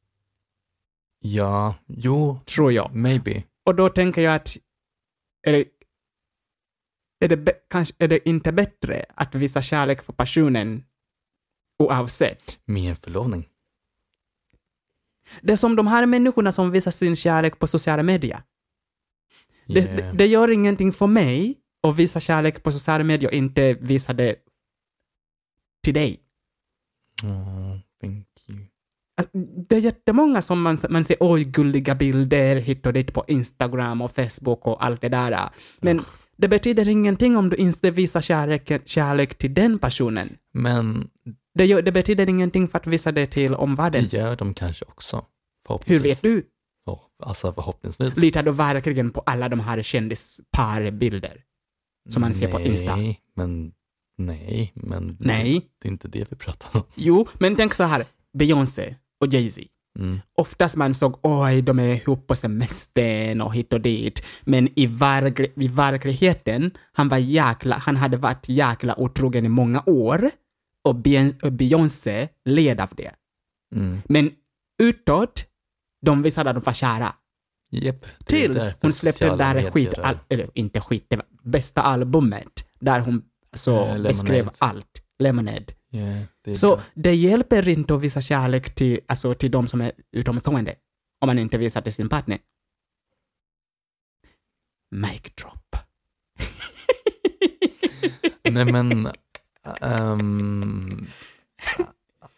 [SPEAKER 1] Ja, jo,
[SPEAKER 2] tror jag.
[SPEAKER 1] maybe.
[SPEAKER 2] Och då tänker jag att är det, är det, bä- kanske, är det inte bättre att visa kärlek för personen oavsett?
[SPEAKER 1] Med en förlovning.
[SPEAKER 2] Det är som de här människorna som visar sin kärlek på sociala medier. Det,
[SPEAKER 1] Yeah.
[SPEAKER 2] det, det gör ingenting för mig att visa kärlek på sociala medier och inte visa det till dig.
[SPEAKER 1] Oh, thank you.
[SPEAKER 2] Alltså, Det är jättemånga som man, man ser, oj, gulliga bilder hit och dit på Instagram och Facebook och allt det där. Men Det betyder ingenting om du inte visar kärleken, kärlek till den personen.
[SPEAKER 1] Men
[SPEAKER 2] Det, gör, det betyder ingenting för att visa det till
[SPEAKER 1] det
[SPEAKER 2] omvärlden.
[SPEAKER 1] gör de kanske också.
[SPEAKER 2] Eh. Hur
[SPEAKER 1] Förhoppningsvis.
[SPEAKER 2] vet du?
[SPEAKER 1] För, alltså förhoppningsvis.
[SPEAKER 2] Litar du verkligen på alla de här kändisparbilder? som man ser på Insta.
[SPEAKER 1] Nej, men nej, men
[SPEAKER 2] Nej.
[SPEAKER 1] det är inte det vi pratar om.
[SPEAKER 2] Jo, men tänk så här. Beyoncé och Jay-Z.
[SPEAKER 1] Mm.
[SPEAKER 2] Oftast man såg oj, de är ihop på semestern och hit och dit. Men i, verkli- i verkligheten, han var jäkla, han hade varit jäkla otrogen i många år. Och Bien- och Beyoncé led av det.
[SPEAKER 1] Mm.
[SPEAKER 2] Men utåt, de visade att de var kära.
[SPEAKER 1] Japp, det är
[SPEAKER 2] Tills
[SPEAKER 1] därför
[SPEAKER 2] hon släppte det
[SPEAKER 1] sociala
[SPEAKER 2] där
[SPEAKER 1] medier
[SPEAKER 2] skit,
[SPEAKER 1] är-
[SPEAKER 2] al- eller inte skit, det var bästa albumet. Där hon
[SPEAKER 1] Eh,
[SPEAKER 2] alltså,
[SPEAKER 1] Lemonade.
[SPEAKER 2] beskrev allt. Lemonade.
[SPEAKER 1] Ja, det är
[SPEAKER 2] Så
[SPEAKER 1] bra.
[SPEAKER 2] det hjälper inte att visa kärlek till, alltså, till de som är utomstående om man inte visar till sin partner. Mic drop.
[SPEAKER 1] Nej men, eh, ehm,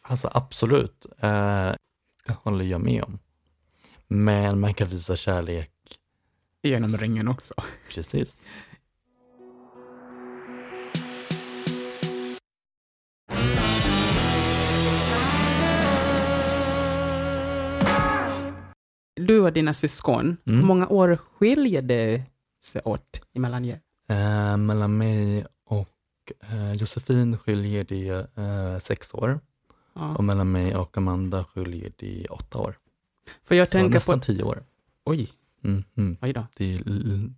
[SPEAKER 1] alltså absolut, eh, det håller jag med om. Men man kan visa kärlek,
[SPEAKER 2] Genom ringen också.
[SPEAKER 1] precis.
[SPEAKER 2] Du och dina syskon,
[SPEAKER 1] Mm.
[SPEAKER 2] hur många år skiljer det sig åt emellan er?
[SPEAKER 1] Eh, mellan mig och eh, Josefin skiljer det eh, sex år
[SPEAKER 2] Ja.
[SPEAKER 1] och mellan mig och Amanda skiljer det åtta år.
[SPEAKER 2] För jag
[SPEAKER 1] Så
[SPEAKER 2] tänker
[SPEAKER 1] nästan
[SPEAKER 2] på...
[SPEAKER 1] tio år.
[SPEAKER 2] Oj,
[SPEAKER 1] Mm, mm.
[SPEAKER 2] oj då.
[SPEAKER 1] Det är, l-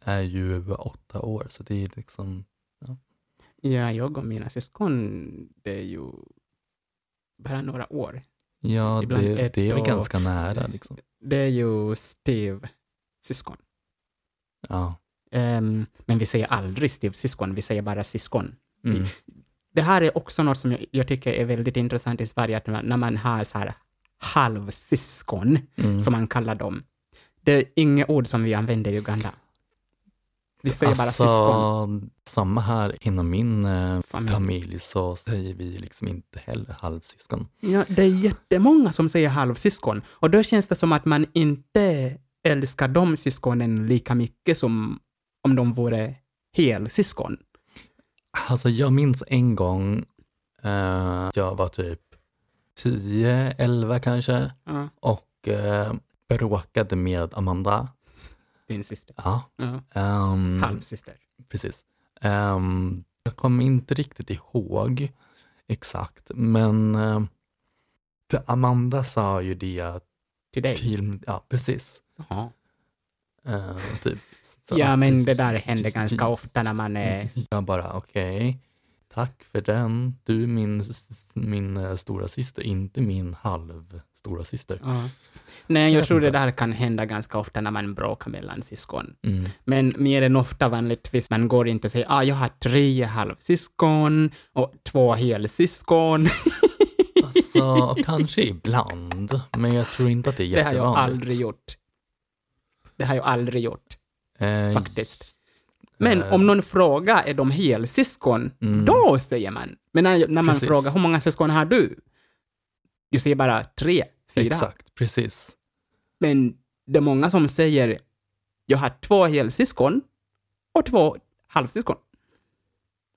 [SPEAKER 1] är ju åtta år, så det är liksom,
[SPEAKER 2] Ja, jag och mina syskon, det är ju bara några år.
[SPEAKER 1] ja
[SPEAKER 2] Ibland
[SPEAKER 1] det,
[SPEAKER 2] ett
[SPEAKER 1] det är väl
[SPEAKER 2] och-
[SPEAKER 1] ganska nära liksom.
[SPEAKER 2] Det är ju Steve syskon.
[SPEAKER 1] Ja.
[SPEAKER 2] Ehm, men vi säger aldrig Steve syskon, vi säger bara syskon.
[SPEAKER 1] Mm.
[SPEAKER 2] Det här är också något som jag, jag tycker är väldigt intressant i Sverige, att man- när man har så här halvsyskon,
[SPEAKER 1] Mm.
[SPEAKER 2] som man kallar dem. Det är inget ord som vi använder i Uganda. Vi säger bara syskon.
[SPEAKER 1] Alltså, Samma här inom min eh,
[SPEAKER 2] Familj.
[SPEAKER 1] familj. så säger vi liksom inte heller halvsyskon.
[SPEAKER 2] Ja, det är jättemånga som säger halvsyskon och då känns det som att man inte älskar de syskonen lika mycket som om de vore helsyskon.
[SPEAKER 1] Alltså jag minns en gång, eh, jag var typ 10, 11 kanske
[SPEAKER 2] Ja,
[SPEAKER 1] och eh, bråkade med Amanda.
[SPEAKER 2] din syster.
[SPEAKER 1] Ja,
[SPEAKER 2] Ja,
[SPEAKER 1] ehm,
[SPEAKER 2] halvsyster.
[SPEAKER 1] precis. Ehm, jag kommer inte riktigt ihåg exakt, men eh, Amanda sa ju det
[SPEAKER 2] Till dig.
[SPEAKER 1] till, ja precis.
[SPEAKER 2] Ja.
[SPEAKER 1] Eh, typ. Så
[SPEAKER 2] ja,
[SPEAKER 1] att-
[SPEAKER 2] men det där händer ganska ofta när man eh, är...
[SPEAKER 1] Jag bara, okej, tack för den. Du är min, s- min eh, stora syster, inte min halv stora syster.
[SPEAKER 2] Ja. Nej,
[SPEAKER 1] Så
[SPEAKER 2] jag
[SPEAKER 1] jag
[SPEAKER 2] tror det
[SPEAKER 1] vet inte.
[SPEAKER 2] där kan hända ganska ofta när man bråkar mellan syskon.
[SPEAKER 1] Mm.
[SPEAKER 2] Men mer än ofta vanligtvis, man går inte och säger ah, jag har tre halvsyskon och två helsyskon.
[SPEAKER 1] Alltså, kanske ibland, men jag tror inte att det är
[SPEAKER 2] Det har
[SPEAKER 1] jättevanligt.
[SPEAKER 2] jag aldrig gjort. Det har jag aldrig gjort,
[SPEAKER 1] Eh,
[SPEAKER 2] faktiskt. Men
[SPEAKER 1] eh,
[SPEAKER 2] om någon frågar är de helsyskon,
[SPEAKER 1] Mm.
[SPEAKER 2] då säger man. Men när, när man
[SPEAKER 1] Precis.
[SPEAKER 2] frågar hur många syskon har du? Du säger bara tre, fyra.
[SPEAKER 1] Exakt, precis.
[SPEAKER 2] Men det är många som säger, jag har två helsyskon och två halvsyskon.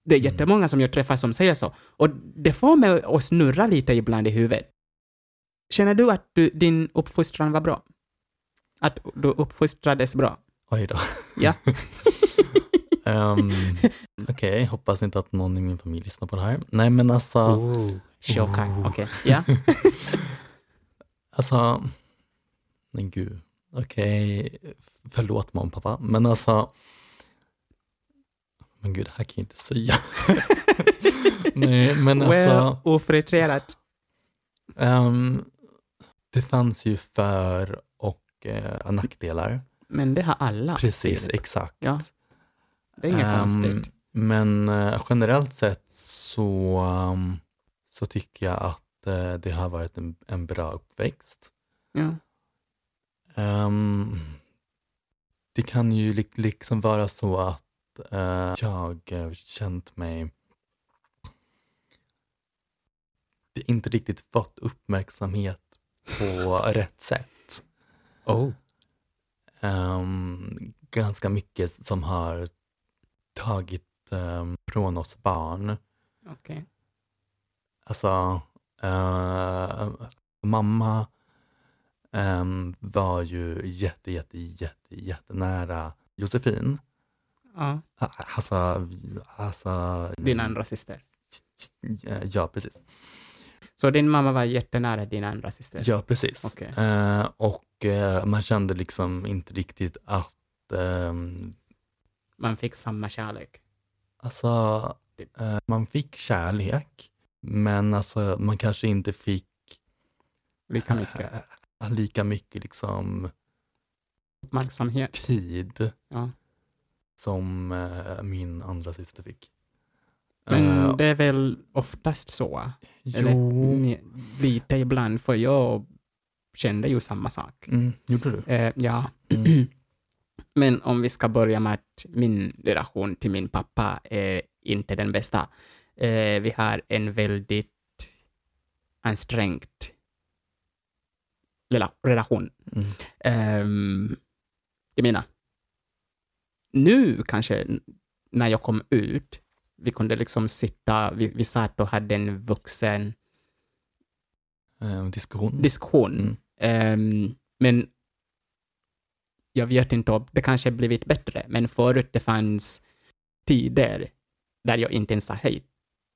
[SPEAKER 2] Det är
[SPEAKER 1] Mm.
[SPEAKER 2] jättemånga som jag träffar som säger så. Och det får mig att snurra lite ibland i huvudet. Känner du att du, din uppfostran var bra? Att du uppfostrades bra?
[SPEAKER 1] Oj då.
[SPEAKER 2] Ja.
[SPEAKER 1] Ehm, okej, hoppas inte att någon i min familj lyssnar på det här. Nej, men alltså.
[SPEAKER 2] Oh. Chockad.
[SPEAKER 1] Oh.
[SPEAKER 2] Okej. Ja.
[SPEAKER 1] Alltså, men gud, okej, förlåt mamma och pappa, men alltså, men gud, det här kan jag inte säga. Nej, men alltså,
[SPEAKER 2] Well, ofiltrerat.
[SPEAKER 1] ehm, det fanns ju för och eh, nackdelar.
[SPEAKER 2] Men det har alla.
[SPEAKER 1] Precis, exakt.
[SPEAKER 2] Ja, Det är inget
[SPEAKER 1] Ehm,
[SPEAKER 2] konstigt.
[SPEAKER 1] Men eh, generellt sett så, ehm, så tycker jag att eh, det har varit en, en bra uppväxt.
[SPEAKER 2] Ja.
[SPEAKER 1] Ehm, det kan ju li- liksom vara så att eh, jag eh, känt mig det är inte riktigt fått uppmärksamhet på rätt sätt.
[SPEAKER 2] Oh.
[SPEAKER 1] Ehm, ganska mycket som har tagit um, från oss barn.
[SPEAKER 2] Okej.
[SPEAKER 1] Alltså, eh, mamma ehm, var ju jätte, jätte, jätte, jättenära Josefin.
[SPEAKER 2] Ja.
[SPEAKER 1] Ha- Alltså, alltså...
[SPEAKER 2] Din andra syster.
[SPEAKER 1] Ja, precis.
[SPEAKER 2] Så din mamma var jättenära din andra syster?
[SPEAKER 1] Ja, precis.
[SPEAKER 2] Okej.
[SPEAKER 1] Eh, och eh, man kände liksom inte riktigt att... ehm,
[SPEAKER 2] Man fick samma kärlek?
[SPEAKER 1] alltså,
[SPEAKER 2] Typ.
[SPEAKER 1] eh, man fick kärlek, men alltså, man kanske inte fick
[SPEAKER 2] Lika mycket
[SPEAKER 1] eh, lika mycket liksom
[SPEAKER 2] uppmärksamhet?
[SPEAKER 1] tid
[SPEAKER 2] Ja.
[SPEAKER 1] som eh, min andra syster fick.
[SPEAKER 2] Men
[SPEAKER 1] Eh,
[SPEAKER 2] det är väl oftast så? Eller
[SPEAKER 1] jo,
[SPEAKER 2] ni- lite ibland, för jag kände ju samma sak.
[SPEAKER 1] mm, gjorde du?
[SPEAKER 2] Eh, ja.
[SPEAKER 1] Mm.
[SPEAKER 2] Men om vi ska börja med att min relation till min pappa är inte den bästa. Eh, vi har en väldigt ansträngd lilla relation.
[SPEAKER 1] Mm.
[SPEAKER 2] Ehm, jag menar, nu kanske n- när jag kom ut, vi kunde liksom sitta, vi, vi satt och hade en vuxen
[SPEAKER 1] Eh, diskussion?
[SPEAKER 2] diskussion.
[SPEAKER 1] Mm.
[SPEAKER 2] Ehm, men jag vet inte om det kanske blivit bättre, men förut det fanns tider där jag inte ens sa hej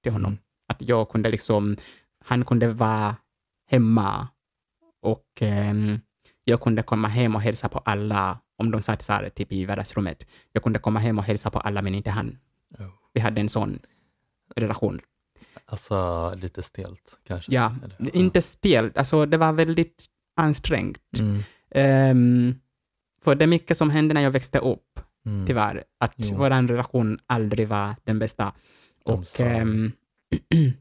[SPEAKER 2] till honom.
[SPEAKER 1] Mm.
[SPEAKER 2] Att jag kunde liksom, han kunde vara hemma och ehm, jag kunde komma hem och hälsa på alla, om de satt så här, typ i vardagsrummet. Jag kunde komma hem och hälsa på alla, men inte han.
[SPEAKER 1] Oh.
[SPEAKER 2] Vi hade en sån relation.
[SPEAKER 1] Alltså lite stelt kanske?
[SPEAKER 2] Ja,
[SPEAKER 1] Eller?
[SPEAKER 2] inte stelt, alltså det var väldigt ansträngt.
[SPEAKER 1] Mm,
[SPEAKER 2] Ehm, för det är mycket som hände när jag växte upp,
[SPEAKER 1] mm.
[SPEAKER 2] tyvärr. Att
[SPEAKER 1] Jo.
[SPEAKER 2] vår relation aldrig var den bästa.
[SPEAKER 1] De
[SPEAKER 2] Och,
[SPEAKER 1] sa-
[SPEAKER 2] ehm,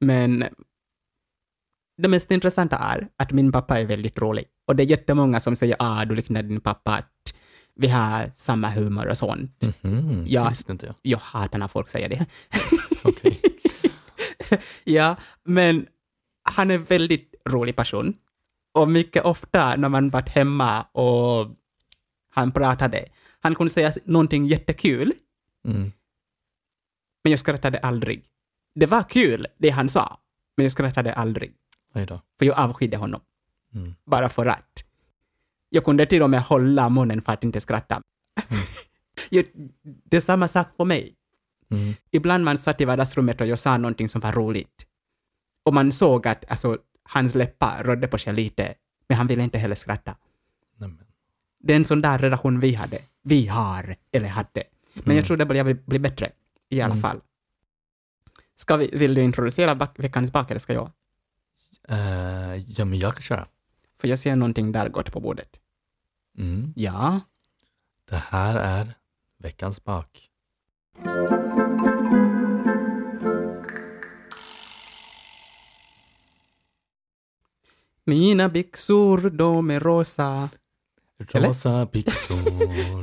[SPEAKER 2] men det mest intressanta är att min pappa är väldigt rolig. Och det är jättemånga som säger ah, du liknar din pappa, att vi har samma humor och sånt.
[SPEAKER 1] Mhm,
[SPEAKER 2] Ja.
[SPEAKER 1] Det visste inte jag.
[SPEAKER 2] Jag hatar när folk säger det.
[SPEAKER 1] Okej.
[SPEAKER 2] Ja, men han är en väldigt rolig person. Och mycket ofta när man varit hemma och han pratade, han kunde säga någonting jättekul,
[SPEAKER 1] Mm.
[SPEAKER 2] men jag skrattade aldrig. Det var kul, det han sa, men jag skrattade aldrig,
[SPEAKER 1] Oj då.
[SPEAKER 2] för jag avskydde honom.
[SPEAKER 1] Mm.
[SPEAKER 2] Bara för att. Jag kunde till och med hålla munnen för att inte skratta. jag, det är samma sak för mig.
[SPEAKER 1] Mm.
[SPEAKER 2] ibland man satt i vardagsrummet och jag sa någonting som var roligt. Och man såg att alltså, hans läppar rörde på sig lite, men han ville inte heller skratta.
[SPEAKER 1] Nej, men.
[SPEAKER 2] Det är en sån där relation vi hade. Vi har, eller hade. Men jag tror det börjar bli, bli bättre, i alla
[SPEAKER 1] Mm.
[SPEAKER 2] fall. Ska vi, vill du introducera bak, veckans bak, eller ska jag?
[SPEAKER 1] Eh, ja, men jag kan köra.
[SPEAKER 2] För jag ser någonting där gott på bordet.
[SPEAKER 1] Mm.
[SPEAKER 2] Ja.
[SPEAKER 1] Det här är veckans bak.
[SPEAKER 2] Mina byxor, de är rosa. Eller?
[SPEAKER 1] Rosa byxor.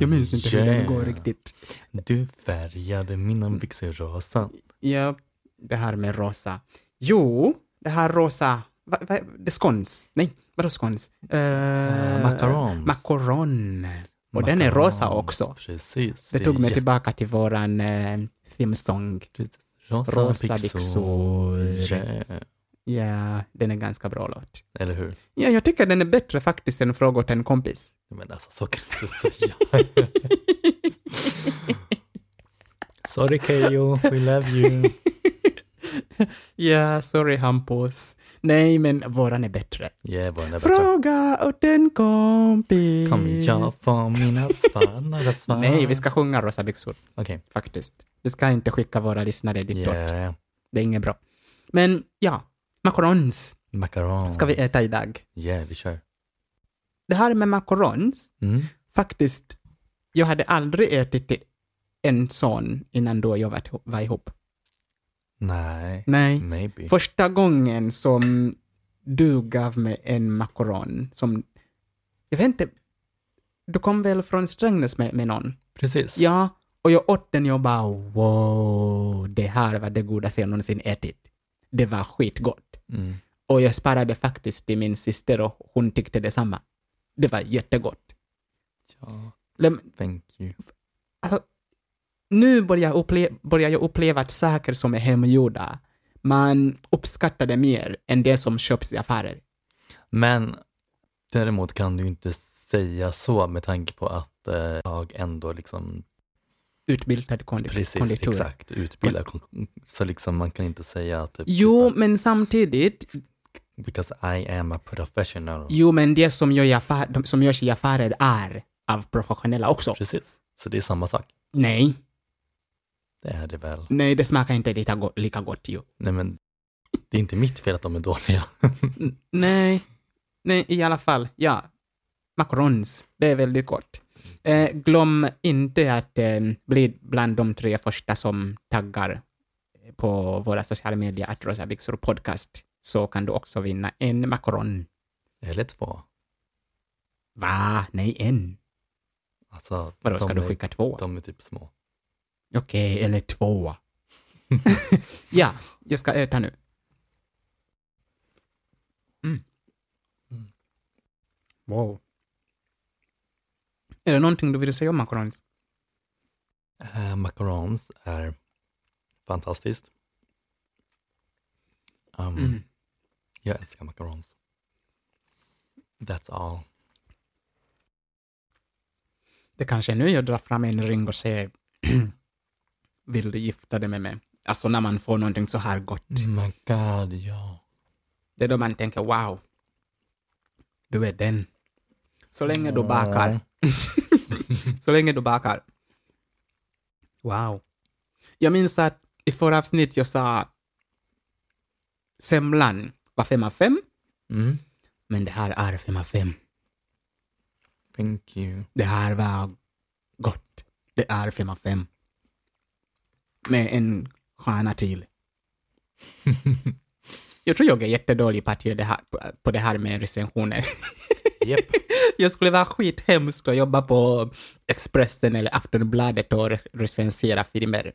[SPEAKER 2] Jag minns inte hur den
[SPEAKER 1] yeah.
[SPEAKER 2] går riktigt.
[SPEAKER 1] Du färgade mina byxor rosa.
[SPEAKER 2] Ja, det här med rosa. Jo, det här rosa, va, va, det är scones. Nej, vadå scones? Uh,
[SPEAKER 1] Eh, macarons.
[SPEAKER 2] Macaron. Och den är rosa
[SPEAKER 1] Macarons,
[SPEAKER 2] också.
[SPEAKER 1] Precis.
[SPEAKER 2] Det
[SPEAKER 1] är
[SPEAKER 2] tog mig
[SPEAKER 1] jätte-
[SPEAKER 2] tillbaka till våran uh, theme song.
[SPEAKER 1] Precis. Rosa,
[SPEAKER 2] Rosa
[SPEAKER 1] byxor.
[SPEAKER 2] byxor.
[SPEAKER 1] Yeah.
[SPEAKER 2] Ja, den är ganska bra låt.
[SPEAKER 1] Eller hur?
[SPEAKER 2] Ja, jag tycker den är bättre faktiskt än Fråga åt en kompis.
[SPEAKER 1] Men alltså, så kan du inte säga. Sorry Keyyo, we love you.
[SPEAKER 2] Ja, sorry Hampus. Nej, men våran är bättre.
[SPEAKER 1] Yeah, vår näbbar.
[SPEAKER 2] Fråga åt en kompis.
[SPEAKER 1] Kom jag få mina svar, några svar?
[SPEAKER 2] Nej, vi ska sjunga Rosa byxor.
[SPEAKER 1] Okej.
[SPEAKER 2] faktiskt. Vi ska inte skicka våra lyssnare ditåt.
[SPEAKER 1] Yeah.
[SPEAKER 2] Det är inget bra. Men ja, macarons
[SPEAKER 1] Macaron.
[SPEAKER 2] ska vi äta idag.
[SPEAKER 1] Yeah, vi kör.
[SPEAKER 2] Det här med macarons,
[SPEAKER 1] Mm.
[SPEAKER 2] faktiskt, jag hade aldrig ätit en sån innan då jag var, var ihop.
[SPEAKER 1] Nej,
[SPEAKER 2] Nej.
[SPEAKER 1] maybe.
[SPEAKER 2] Första gången som du gav mig en macaron som, jag vet inte, du kom väl från Strängnäs med, med någon?
[SPEAKER 1] Precis.
[SPEAKER 2] Ja, och jag åt den och jag bara wow, det här var det godaste jag någonsin ätit. Det var skitgott.
[SPEAKER 1] Mm.
[SPEAKER 2] Och jag sparade faktiskt till min syster och hon tyckte detsamma. Det var jättegott.
[SPEAKER 1] Ja,
[SPEAKER 2] Läm-
[SPEAKER 1] thank you.
[SPEAKER 2] nu börjar jag, upple- börjar jag uppleva att saker som är hemgjorda, man uppskattar det mer än det som köps i affärer.
[SPEAKER 1] Men däremot kan du ju inte säga så med tanke på att eh, jag ändå liksom
[SPEAKER 2] Utbildad kondi-
[SPEAKER 1] precis
[SPEAKER 2] konditor.
[SPEAKER 1] exakt utbildar kon- så liksom man kan inte säga typ
[SPEAKER 2] Jo,
[SPEAKER 1] titta,
[SPEAKER 2] men samtidigt,
[SPEAKER 1] because I am a professional.
[SPEAKER 2] jo, men det som, gör i affär, de som görs i affärer är av professionella också.
[SPEAKER 1] Precis, så det är samma sak.
[SPEAKER 2] Nej,
[SPEAKER 1] Det är det väl.
[SPEAKER 2] nej, det smakar inte lika, go- lika gott ju.
[SPEAKER 1] Nej men det är inte mitt fel att de är dåliga.
[SPEAKER 2] N- Nej, nej, i alla fall, ja. Macarons, det är väldigt gott. Eh, glöm inte att eh, bli bland de tre första som taggar eh, på våra sociala medier, att Rosa Bixor Podcast, så kan du också vinna en macaron.
[SPEAKER 1] Eller två.
[SPEAKER 2] Va? Nej, en.
[SPEAKER 1] Alltså,
[SPEAKER 2] Vadå, ska
[SPEAKER 1] de
[SPEAKER 2] du
[SPEAKER 1] är-
[SPEAKER 2] skicka två?
[SPEAKER 1] De är typ små.
[SPEAKER 2] Okej, eller två. ja, jag ska äta nu. Mm.
[SPEAKER 1] Mm.
[SPEAKER 2] Wow. Är det någonting du vill säga om macarons?
[SPEAKER 1] Eh, macarons är fantastiskt. Um,
[SPEAKER 2] Mm.
[SPEAKER 1] Jag älskar macarons. That's all.
[SPEAKER 2] Det kanske är nu jag drar fram en ring och säger vill du gifta dig med mig? Alltså när man får någonting så här gott.
[SPEAKER 1] My god, ja.
[SPEAKER 2] Det är då man tänker wow, du är den. Så länge du bakar. Så länge du bakar. Wow. Jag minns att i förra avsnitt jag sa semlan var fem av fem,
[SPEAKER 1] Mm.
[SPEAKER 2] men det här är fem av fem.
[SPEAKER 1] Thank you.
[SPEAKER 2] Det här var gott. Det är fem av fem. Med en stjärna till. jag tror jag är jättedålig på, att göra det här, på det här med recensioner.
[SPEAKER 1] Yep.
[SPEAKER 2] Jag skulle vara skithemskt och jobba på Expressen eller Aftonbladet och re- recensera filmer.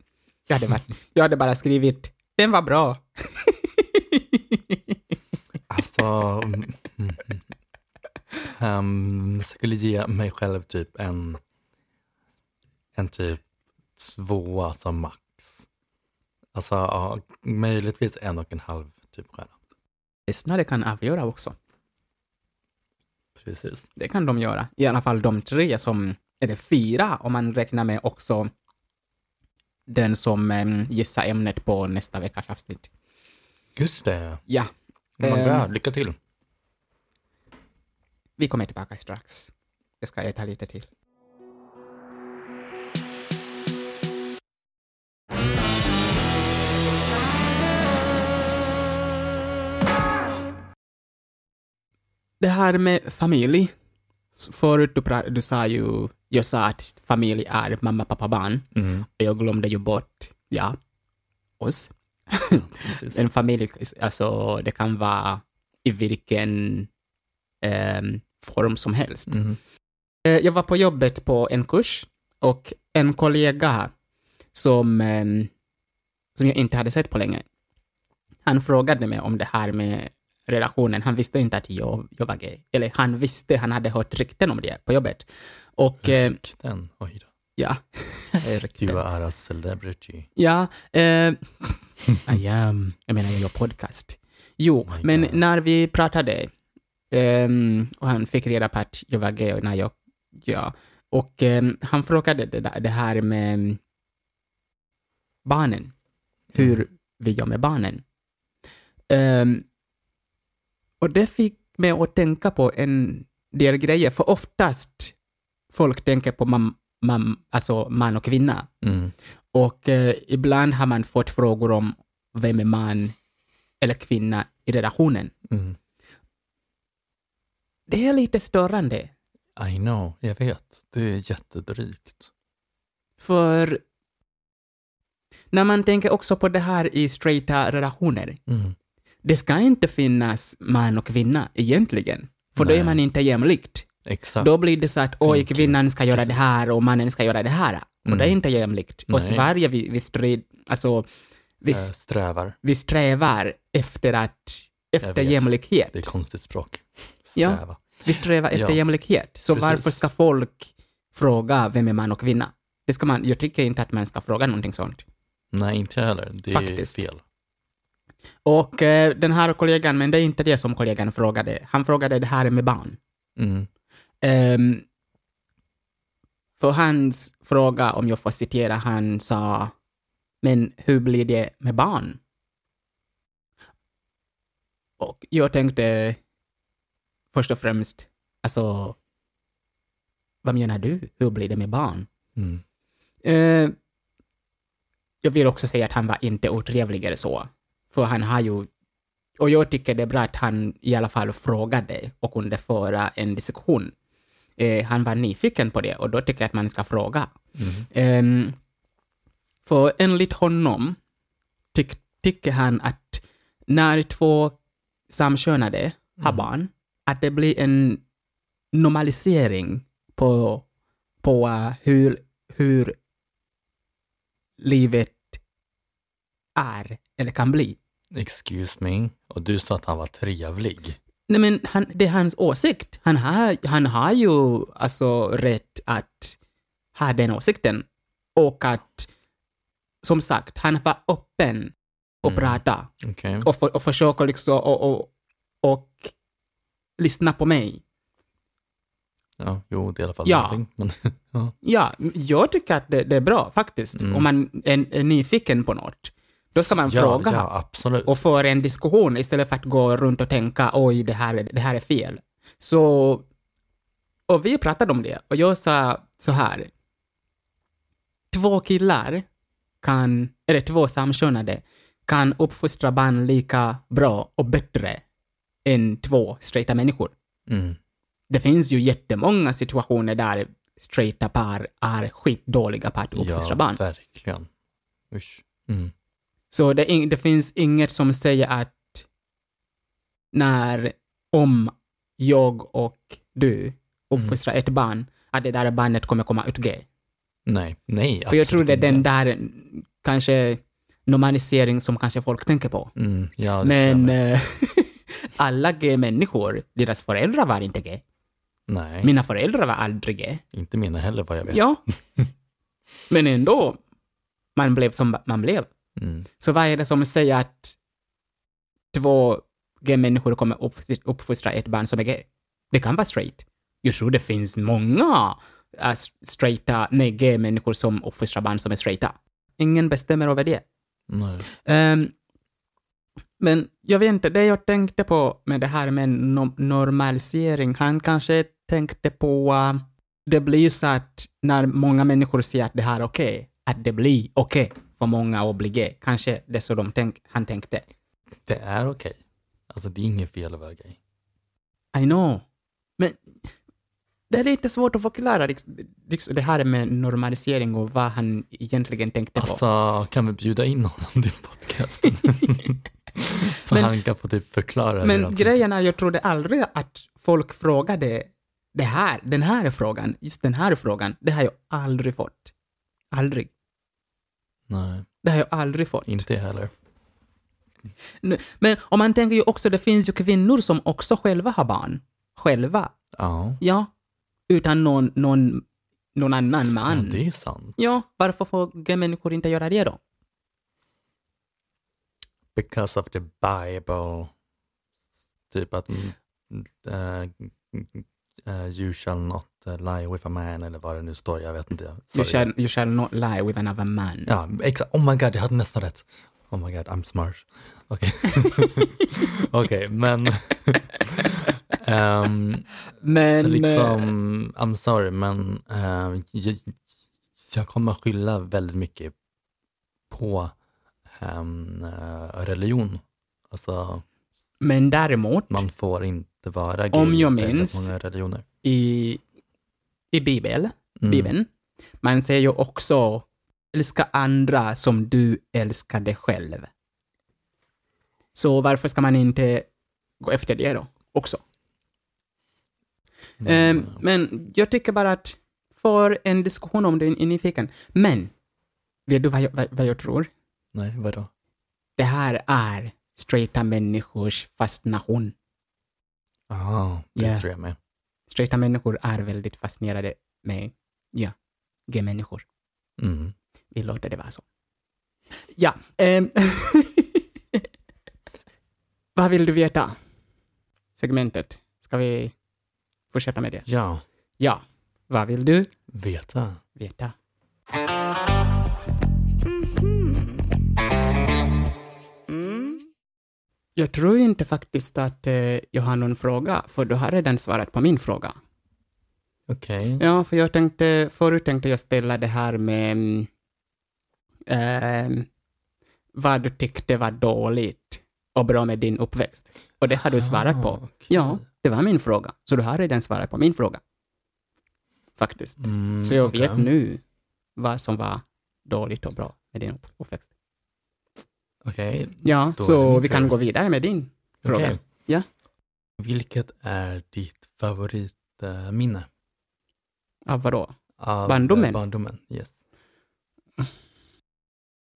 [SPEAKER 2] Jag hade, varit, jag hade bara skrivit den var bra.
[SPEAKER 1] Alltså, mm, mm, mm. um, skulle ge mig själv typ en, en typ tvåa som max. Alltså, ja, möjligtvis en och en halv typ stjärna.
[SPEAKER 2] Lyssnare kan avgöra också.
[SPEAKER 1] Precis.
[SPEAKER 2] Det kan de göra. I alla fall de tre som, eller fyra om man räknar med också den som em, gissar ämnet på nästa veckas avsnitt.
[SPEAKER 1] Just det.
[SPEAKER 2] Ja,
[SPEAKER 1] Oh my
[SPEAKER 2] Ehm.
[SPEAKER 1] god, lycka till.
[SPEAKER 2] vi kommer tillbaka strax. Jag ska äta lite till. Det här med familj. Förut du, pra- du sa ju, jag sa att familj är mamma, pappa, barn.
[SPEAKER 1] Mm.
[SPEAKER 2] Och jag glömde ju bort, ja, oss.
[SPEAKER 1] Precis.
[SPEAKER 2] En familj, alltså det kan vara i vilken ehm, form som helst.
[SPEAKER 1] Mm.
[SPEAKER 2] Eh, Jag var på jobbet på en kurs och en kollega som, ehm, som jag inte hade sett på länge, han frågade mig om det här med relationen. Han visste inte att jag, jag var gay. Eller han visste, han hade hört rykten om det på jobbet. Och eh,
[SPEAKER 1] Rykten. Oj då.
[SPEAKER 2] ja,
[SPEAKER 1] Du är a celebrity.
[SPEAKER 2] Ja, eh, I am. Jag menar, jag gör podcast. Jo,
[SPEAKER 1] Oh my
[SPEAKER 2] men
[SPEAKER 1] God.
[SPEAKER 2] när vi pratade ehm, och han fick reda på att jag var gay och när jag, ja, och ehm, han frågade det, där, det här med barnen, hur vi gör med barnen. Ehm, och det fick mig att tänka på en del grejer, för oftast folk tänker på mam, mam, alltså man och kvinna.
[SPEAKER 1] Mm.
[SPEAKER 2] Och eh, ibland har man fått frågor om vem är man eller kvinna i relationen.
[SPEAKER 1] Mm.
[SPEAKER 2] Det är lite störande,
[SPEAKER 1] I know, jag vet. Det är jättedrygt.
[SPEAKER 2] för när man tänker också på det här i straighta relationer,
[SPEAKER 1] Mm.
[SPEAKER 2] det ska inte finnas man och kvinna egentligen, för då är
[SPEAKER 1] Nej.
[SPEAKER 2] man inte jämlikt.
[SPEAKER 1] Exakt. Eh,
[SPEAKER 2] Då blir det så att oj,
[SPEAKER 1] Tänker.
[SPEAKER 2] kvinnan ska göra det
[SPEAKER 1] Precis.
[SPEAKER 2] här och mannen ska göra det här, och
[SPEAKER 1] Mm.
[SPEAKER 2] det är inte jämlikt. Och
[SPEAKER 1] Nej.
[SPEAKER 2] Sverige, vi, vi, strid, alltså, vi,
[SPEAKER 1] Eh, Strävar.
[SPEAKER 2] vi strävar efter att efter
[SPEAKER 1] vet.
[SPEAKER 2] jämlikhet.
[SPEAKER 1] Det är konstigt språk.
[SPEAKER 2] Ja.
[SPEAKER 1] Sträva.
[SPEAKER 2] Vi strävar efter
[SPEAKER 1] Ja,
[SPEAKER 2] jämlikhet, så
[SPEAKER 1] precis.
[SPEAKER 2] varför ska folk fråga vem är man och kvinna. Det ska man, jag tycker inte att man ska fråga någonting sånt.
[SPEAKER 1] Nej, inte jag heller. Det är
[SPEAKER 2] Faktiskt.
[SPEAKER 1] fel.
[SPEAKER 2] Och eh, den här kollegan, men det är inte det som kollegan frågade. Han frågade det här med barn.
[SPEAKER 1] Mm.
[SPEAKER 2] Ehm, för hans fråga, om jag får citera, han sa Men hur blir det med barn? Och jag tänkte först och främst, alltså vad menar du? Hur blir det med barn?
[SPEAKER 1] Mm.
[SPEAKER 2] Eh, jag vill också säga att han var inte otrevligare så. För han har ju... Och jag tycker det är bra att han i alla fall frågade och kunde föra en diskussion. Eh, han var nyfiken på det och då tycker jag att man ska fråga.
[SPEAKER 1] Mm.
[SPEAKER 2] Um, för enligt honom tyck, tycker han att när två samkönade har
[SPEAKER 1] Mm.
[SPEAKER 2] barn, att det blir en normalisering på, på eh, hur, hur livet är eller kan bli.
[SPEAKER 1] Excuse me. Och du sa att han var trevlig.
[SPEAKER 2] Nej men han, det är hans åsikt. Han har, han har ju alltså rätt att ha den åsikten. Och att, som sagt, han var öppen och
[SPEAKER 1] Mm.
[SPEAKER 2] prata
[SPEAKER 1] Okej.
[SPEAKER 2] och, för, och försöka liksom och, och, och lyssna på mig.
[SPEAKER 1] Ja, jo, det är i alla fall
[SPEAKER 2] Ja.
[SPEAKER 1] någonting. Men, ja.
[SPEAKER 2] Ja, jag tycker att det, det är bra faktiskt.
[SPEAKER 1] Mm.
[SPEAKER 2] Om man är, är nyfiken på något, då ska man
[SPEAKER 1] ja,
[SPEAKER 2] fråga.
[SPEAKER 1] ja, absolut.
[SPEAKER 2] och föra en diskussion istället för att gå runt och tänka oj, det här, det här är fel. Så, och vi pratade om det och jag sa så här. Två killar kan, eller två samkönade kan uppfostra barn lika bra och bättre än två straighta människor.
[SPEAKER 1] Mm.
[SPEAKER 2] Det finns ju jättemånga situationer där straighta par är skitdåliga på att uppfostra
[SPEAKER 1] Ja,
[SPEAKER 2] barn.
[SPEAKER 1] verkligen. Usch. Mm.
[SPEAKER 2] Så det, är ing- det finns inget som säger att när, om jag och du uppfostrar
[SPEAKER 1] Mm.
[SPEAKER 2] ett barn, att det där barnet kommer komma ut gay.
[SPEAKER 1] Nej, nej.
[SPEAKER 2] För jag tror det är
[SPEAKER 1] absolut
[SPEAKER 2] den
[SPEAKER 1] inte.
[SPEAKER 2] där eh, kanske normalisering som kanske folk tänker på.
[SPEAKER 1] Mm, ja, det
[SPEAKER 2] Men
[SPEAKER 1] tror jag med.
[SPEAKER 2] eh, alla gay människor, deras föräldrar var inte gay.
[SPEAKER 1] Nej,
[SPEAKER 2] Mina föräldrar var aldrig gay.
[SPEAKER 1] inte mina heller vad jag vet.
[SPEAKER 2] Ja. Men ändå, man blev som man blev.
[SPEAKER 1] Mm.
[SPEAKER 2] Så vad är det som säger att två gay-människor kommer uppf- uppfostra ett barn som är gay? Det kan vara straight. Jag tror det finns många äh, straighta, nej, gay-människor som uppfostrar barn som är straighta. Ingen bestämmer över det.
[SPEAKER 1] Nej.
[SPEAKER 2] Ehm, men jag vet inte, det jag tänkte på med det här med no- normalisering, han kanske tänkte på, äh, det blir så att när många människor säger att det här är okej, att det blir okej för många att bli gay. Kanske det är så de tänk- han tänkte.
[SPEAKER 1] Det är okej. Alltså det är inget fel att vara gay.
[SPEAKER 2] I know. Men det är lite svårt att förklara liksom, liksom, det här med normalisering och vad han egentligen tänkte på.
[SPEAKER 1] Alltså kan vi bjuda in honom till podcasten? Så
[SPEAKER 2] Men-
[SPEAKER 1] han kan få typ förklara. hur han
[SPEAKER 2] Men
[SPEAKER 1] tänker.
[SPEAKER 2] grejen är, jag trodde aldrig att folk frågade det här, den här frågan, just den här frågan. Det har jag aldrig fått. Aldrig.
[SPEAKER 1] Nej,
[SPEAKER 2] Det har jag aldrig fått.
[SPEAKER 1] inte jag heller.
[SPEAKER 2] Nu- Men om man tänker ju också, det finns ju kvinnor som också själva har barn. Själva.
[SPEAKER 1] Ja,
[SPEAKER 2] Ja. Utan någon, någon, någon annan
[SPEAKER 1] ja
[SPEAKER 2] man.
[SPEAKER 1] det är sant.
[SPEAKER 2] Ja, varför får gay människor inte göra det då?
[SPEAKER 1] Because of the Bible. Typ att mm, eh, eh, you shall not eh, lie with a man eller vad det nu står. Jag vet inte.
[SPEAKER 2] You
[SPEAKER 1] Sorry.
[SPEAKER 2] shall, you shall not lie with another man.
[SPEAKER 1] Ja, exakt. Oh my god, jag hade nästan rätt. Oh my god, I'm smart. Okej, Okej, men... Ehm,
[SPEAKER 2] Men...
[SPEAKER 1] så liksom,
[SPEAKER 2] eh,
[SPEAKER 1] I'm sorry, men eh, jag, jag kommer skylla väldigt mycket på ehm, eh, religion. Alltså,
[SPEAKER 2] Men däremot,
[SPEAKER 1] man får inte vara
[SPEAKER 2] Om jag
[SPEAKER 1] i väldigt
[SPEAKER 2] minns-
[SPEAKER 1] många religioner.
[SPEAKER 2] i, i Bibeln,
[SPEAKER 1] Mm.
[SPEAKER 2] Bibeln. Man säger ju också älska andra som du älskar dig själv. Så varför ska man inte gå efter det då också?
[SPEAKER 1] Men,
[SPEAKER 2] Ehm, men jag tycker bara att för en diskussion om det är nyfiken. Men, vet du vad jag, vad, vad jag tror?
[SPEAKER 1] Nej, vadå?
[SPEAKER 2] Det här är straighta människors fascination.
[SPEAKER 1] Ja, det
[SPEAKER 2] Yeah.
[SPEAKER 1] Ah, tror jag med.
[SPEAKER 2] Straighta människor är väldigt fascinerade med Ja, G-människor.
[SPEAKER 1] Mm.
[SPEAKER 2] Vi låter det vara så. Ja. ehm. vad vill du veta? Segmentet. Ska vi fortsätta med det?
[SPEAKER 1] Ja,
[SPEAKER 2] Ja. Vad vill du
[SPEAKER 1] veta.
[SPEAKER 2] veta? Jag tror inte faktiskt att eh, jag har någon fråga, för du har redan svarat på min fråga.
[SPEAKER 1] Okej.
[SPEAKER 2] Ja, för jag tänkte, förut tänkte jag ställa det här med mm, ehm, vad du tyckte var dåligt och bra med din uppväxt. Och det har du svarat på.
[SPEAKER 1] Ah, okej.
[SPEAKER 2] Ja, det var min fråga. Så du har redan svarat på min fråga. Faktiskt.
[SPEAKER 1] Mm,
[SPEAKER 2] Så jag
[SPEAKER 1] okej.
[SPEAKER 2] vet nu vad som var dåligt och bra med din upp- uppväxt.
[SPEAKER 1] Okej,
[SPEAKER 2] Ja,
[SPEAKER 1] Då är det
[SPEAKER 2] så
[SPEAKER 1] min
[SPEAKER 2] vi kan
[SPEAKER 1] tur.
[SPEAKER 2] gå vidare med din fråga.
[SPEAKER 1] okej.
[SPEAKER 2] Ja.
[SPEAKER 1] Vilket är ditt favoritminne?
[SPEAKER 2] Av vadå?
[SPEAKER 1] Av
[SPEAKER 2] Barndomen?
[SPEAKER 1] eh, Barndomen, yes.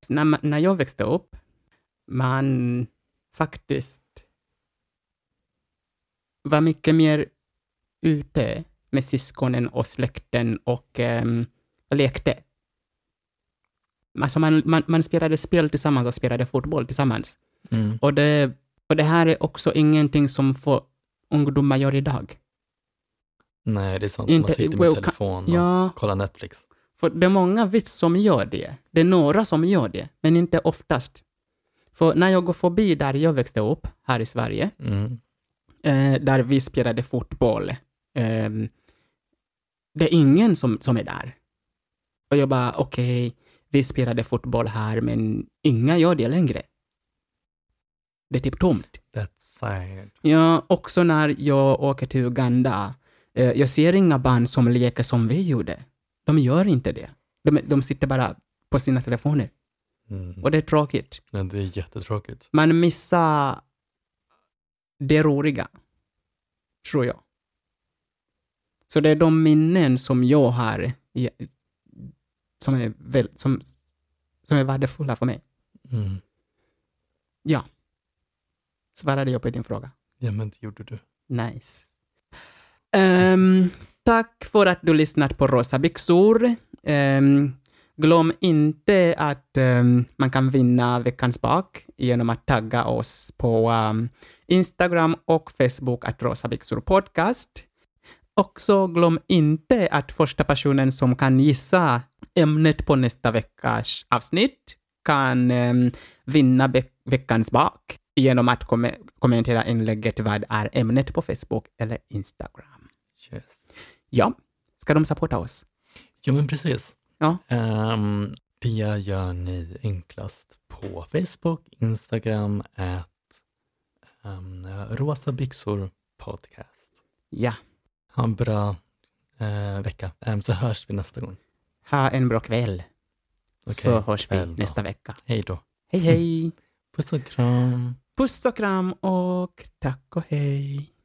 [SPEAKER 2] när, ma- när jag växte upp, man faktiskt var mycket mer ute med syskonen och släkten och um, lekte. Alltså man, man, man spelade spel tillsammans och spelade fotboll tillsammans.
[SPEAKER 1] Mm.
[SPEAKER 2] Och det, och det här är också ingenting som får ungdomar gör idag.
[SPEAKER 1] Nej, det är sant. Man
[SPEAKER 2] Inte-
[SPEAKER 1] sitter
[SPEAKER 2] well,
[SPEAKER 1] med
[SPEAKER 2] kan-
[SPEAKER 1] telefon och
[SPEAKER 2] Ja,
[SPEAKER 1] kollar Netflix.
[SPEAKER 2] För det är många visst som gör det. Det är några som gör det, men inte oftast. För när jag går förbi där jag växte upp, här i Sverige,
[SPEAKER 1] Mm.
[SPEAKER 2] eh, där vi spelade fotboll, ehm, det är ingen som, som är där. Och jag bara, okej, vi spelade fotboll här, men inga gör det längre. Det är typ tomt.
[SPEAKER 1] That's sad.
[SPEAKER 2] Ja, också när jag åker till Uganda. Eh, jag ser inga barn som leker som vi gjorde. De gör inte det. De, de sitter bara på sina telefoner.
[SPEAKER 1] Mm.
[SPEAKER 2] Och det är tråkigt.
[SPEAKER 1] Ja, det är jättetråkigt.
[SPEAKER 2] Man missar det roliga, tror jag. Så det är de minnen som jag har i- som är, väl, som, som är värdefulla för mig.
[SPEAKER 1] Mm.
[SPEAKER 2] Svarade jag på din fråga?
[SPEAKER 1] Ja, men det gjorde du.
[SPEAKER 2] Nice. Ehm, tack för att du lyssnat på Rosa byxor. Ehm, glöm inte att ehm, man kan vinna veckans bak genom att tagga oss på ehm, Instagram och Facebook att Rosa byxor podcast. Också glöm inte att första personen som kan gissa ämnet på nästa veckas avsnitt kan ehm, vinna be- veckans bak genom att komme- kommentera inlägget Vad är ämnet på Facebook eller Instagram.
[SPEAKER 1] Yes.
[SPEAKER 2] Ja, ska de supporta oss?
[SPEAKER 1] Ja, men precis.
[SPEAKER 2] Ja.
[SPEAKER 1] Ehm, Pia gör ni enklast på Facebook, Instagram, at um, Rosa byxor podcast.
[SPEAKER 2] Ja.
[SPEAKER 1] Ha en bra eh, vecka, Ehm, så hörs vi nästa gång.
[SPEAKER 2] Ha en bra kväll,
[SPEAKER 1] Okej,
[SPEAKER 2] så hörs vi
[SPEAKER 1] kväll då.
[SPEAKER 2] nästa vecka.
[SPEAKER 1] Hej då.
[SPEAKER 2] Hej, hej!
[SPEAKER 1] Puss och kram.
[SPEAKER 2] Puss och kram och tack och hej!